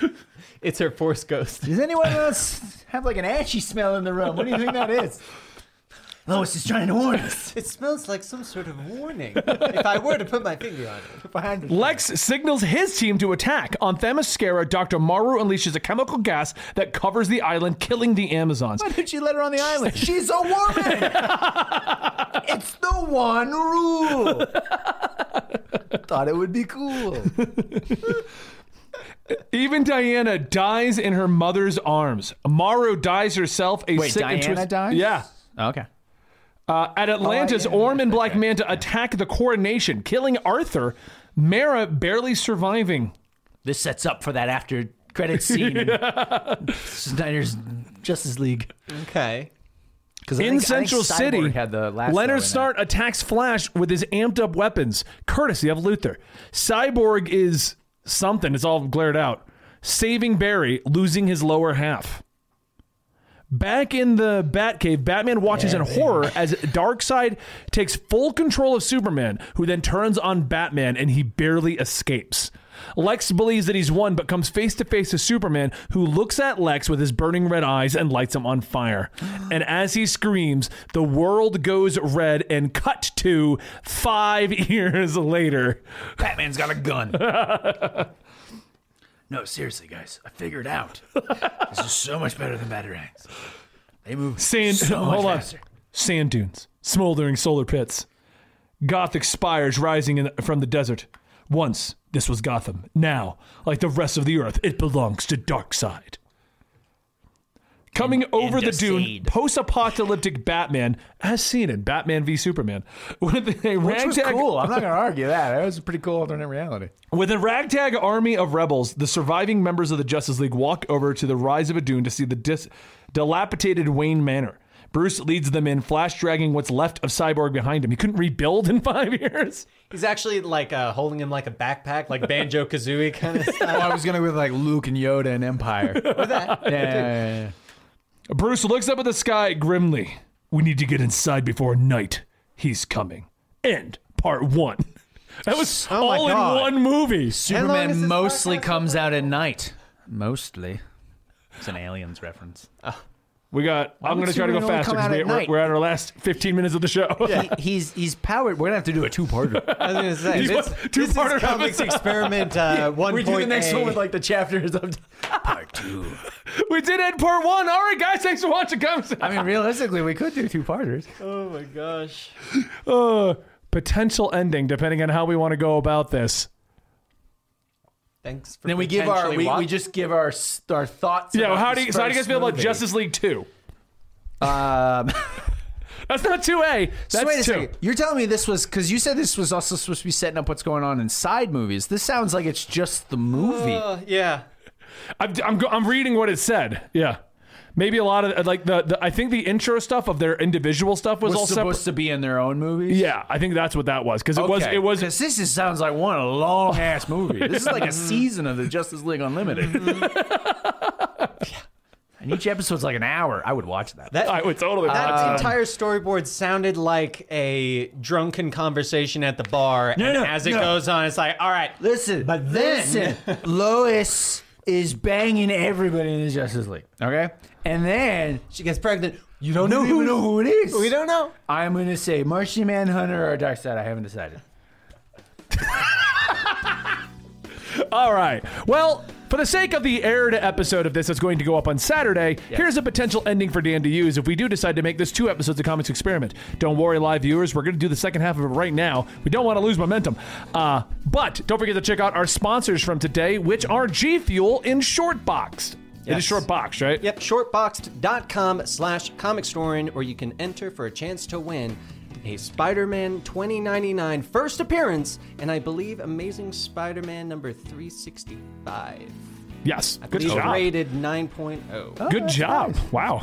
F: It's her force ghost.
C: Does anyone else have like an ashy smell in the room? What do you think that is? Lois is trying to warn us.
F: It smells like some sort of warning. if I were to put my finger on it.
C: Behind her.
A: Lex signals his team to attack. On Themyscira, Dr. Maru unleashes a chemical gas that covers the island, killing the Amazons.
C: Why did she let her on the island? She's a woman. it's the one rule. Thought it would be cool.
A: Even Diana dies in her mother's arms. Maru dies herself. A
C: Wait,
A: sick and
C: Diana
A: twist-
C: dies?
A: Yeah.
D: Okay.
A: Uh,
C: Oh,
A: at Atlantis,
C: yeah,
A: Orm and Black Manta attack the coronation, killing Arthur. Mara barely surviving.
C: This sets up for that after credit scene. in Snyder's Justice League.
F: Okay.
C: Because
A: In Central City,
B: had the last
A: Leonard
B: hour
A: Snart attacks Flash with his amped up weapons, courtesy of Luther. Cyborg is something, it's all glared out. Saving Barry, losing his lower half. Back in the Batcave, Batman watches in horror as Darkseid takes full control of Superman, who then turns on Batman and he barely escapes. Lex believes that he's won, but comes face to face with Superman, who looks at Lex with his burning red eyes and lights him on fire. And as he screams, the world goes red and cut to five years later.
C: Batman's got a gun. no, seriously, guys, I figured it out. This is so much better than Batarangs. They move.
A: Sand.
C: So much
A: hold on.
C: faster.
A: Sand dunes, smoldering solar pits. Goth expires, rising in, from the desert. Once this was Gotham. Now, like the rest of the earth, it belongs to Darkseid. Coming over the dune, post-apocalyptic Batman, as seen in Batman v Superman, with a
B: Which was
A: ragtag
B: cool. I'm not going to argue that. That was a pretty cool alternate reality.
A: with a ragtag army of rebels, the surviving members of the Justice League walk over to the Rise of a Dune to see the dis- dilapidated Wayne Manor. Bruce leads them in, flash dragging what's left of Cyborg behind him. He couldn't rebuild in five years.
F: He's actually like uh, holding him like a backpack, like Banjo Kazooie kind of stuff.
B: Oh, I was going to go with like Luke and Yoda and Empire.
F: Or that.
B: Yeah, yeah, yeah,
A: Bruce looks up at the sky grimly. We need to get inside before night. He's coming. End part one. That was
B: Oh my
A: all in
B: God.
A: one movie.
F: long is this
B: Superman mostly
F: podcast
B: comes out at night. Mostly.
D: It's an aliens reference.
A: We got. I'm
C: would
A: going to try to go
C: Superman only
A: faster
C: come
A: because
C: out
A: we,
C: at
A: we're,
C: night?
A: we're at our last 15 minutes of the show.
C: he's he's powered. We're gonna have to do a two-parter.
F: I was gonna say
A: These
F: this,
A: were two
F: this is
A: part of
F: comics
A: episode.
F: experiment uh, one
B: We do the next one with like the chapters of.
A: we did end part one. All right, guys, thanks for watching. Comics.
B: I mean, realistically, we could do two parters.
F: oh my gosh.
A: uh, potential ending, depending on how we want to go about this.
F: Thanks for
B: Then we give our
F: potentially
B: we, we
F: watching.
B: just give our s- our thoughts.
A: Yeah,
B: about
A: how do
B: this
A: you, so how do you guys
B: first
A: feel about
B: movie.
A: Justice League Two?
C: um,
A: That's not two A.
C: so wait
A: That's
C: a
A: two.
C: second. You're telling me this was because you said this was also supposed to be setting up what's going on inside movies. This sounds like it's just the movie.
F: Uh, yeah.
A: I'm, I'm go- I'm reading what it said. Yeah, maybe a lot of like the, the I think the intro stuff of their individual stuff was,
C: was
A: all
C: supposed
A: separate.
C: to be in their own movies.
A: Yeah, I think that's what that was because it was it was
C: because this is, sounds like one long ass movie. This is like a season of the Justice League Unlimited. And each episode's like an hour. I would watch that.
F: That,
A: I would totally.
F: that entire storyboard sounded like a drunken conversation at the bar. and
C: no,
F: as it
C: no.
F: goes on, it's like, all right,
C: Listen, but listen, Lois is banging everybody in the Justice League. Okay, and then
F: she gets pregnant.
C: you don't know who, know who it is.
F: We don't know.
C: I'm gonna say Martian Manhunter or Darkseid. I haven't decided.
A: All right. Well, For the sake of the aired episode of this that's going to go up on Saturday, here's a potential ending for Dan to use if we do decide to make this two episodes of Comics Experiment. Don't worry, live viewers, we're going to do the second half of it right now. We don't want to lose momentum. Uh, but don't forget to check out our sponsors from today, which are G Fuel in Short Boxed. It is
B: Yes.
A: Short Boxed, right?
B: Yep, shortboxed.com slash comicstorin, or you can enter for a chance to win a Spider-Man 2099 first appearance, and I believe Amazing Spider-Man number 365.
A: Yes.
B: I
A: Good
B: believe
A: job.
B: rated oh. 9.0.
A: Good job. Wow.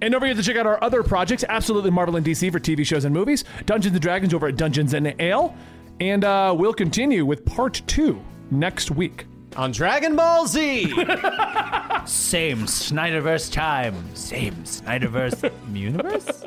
A: And don't forget to check out our other projects, Absolutely Marvel and DC for TV shows and movies, Dungeons and Dragons over at Dungeons and Ale, and uh, we'll continue with part two next week.
B: On Dragon Ball Z!
C: Same Snyderverse time. Same Snyderverse universe?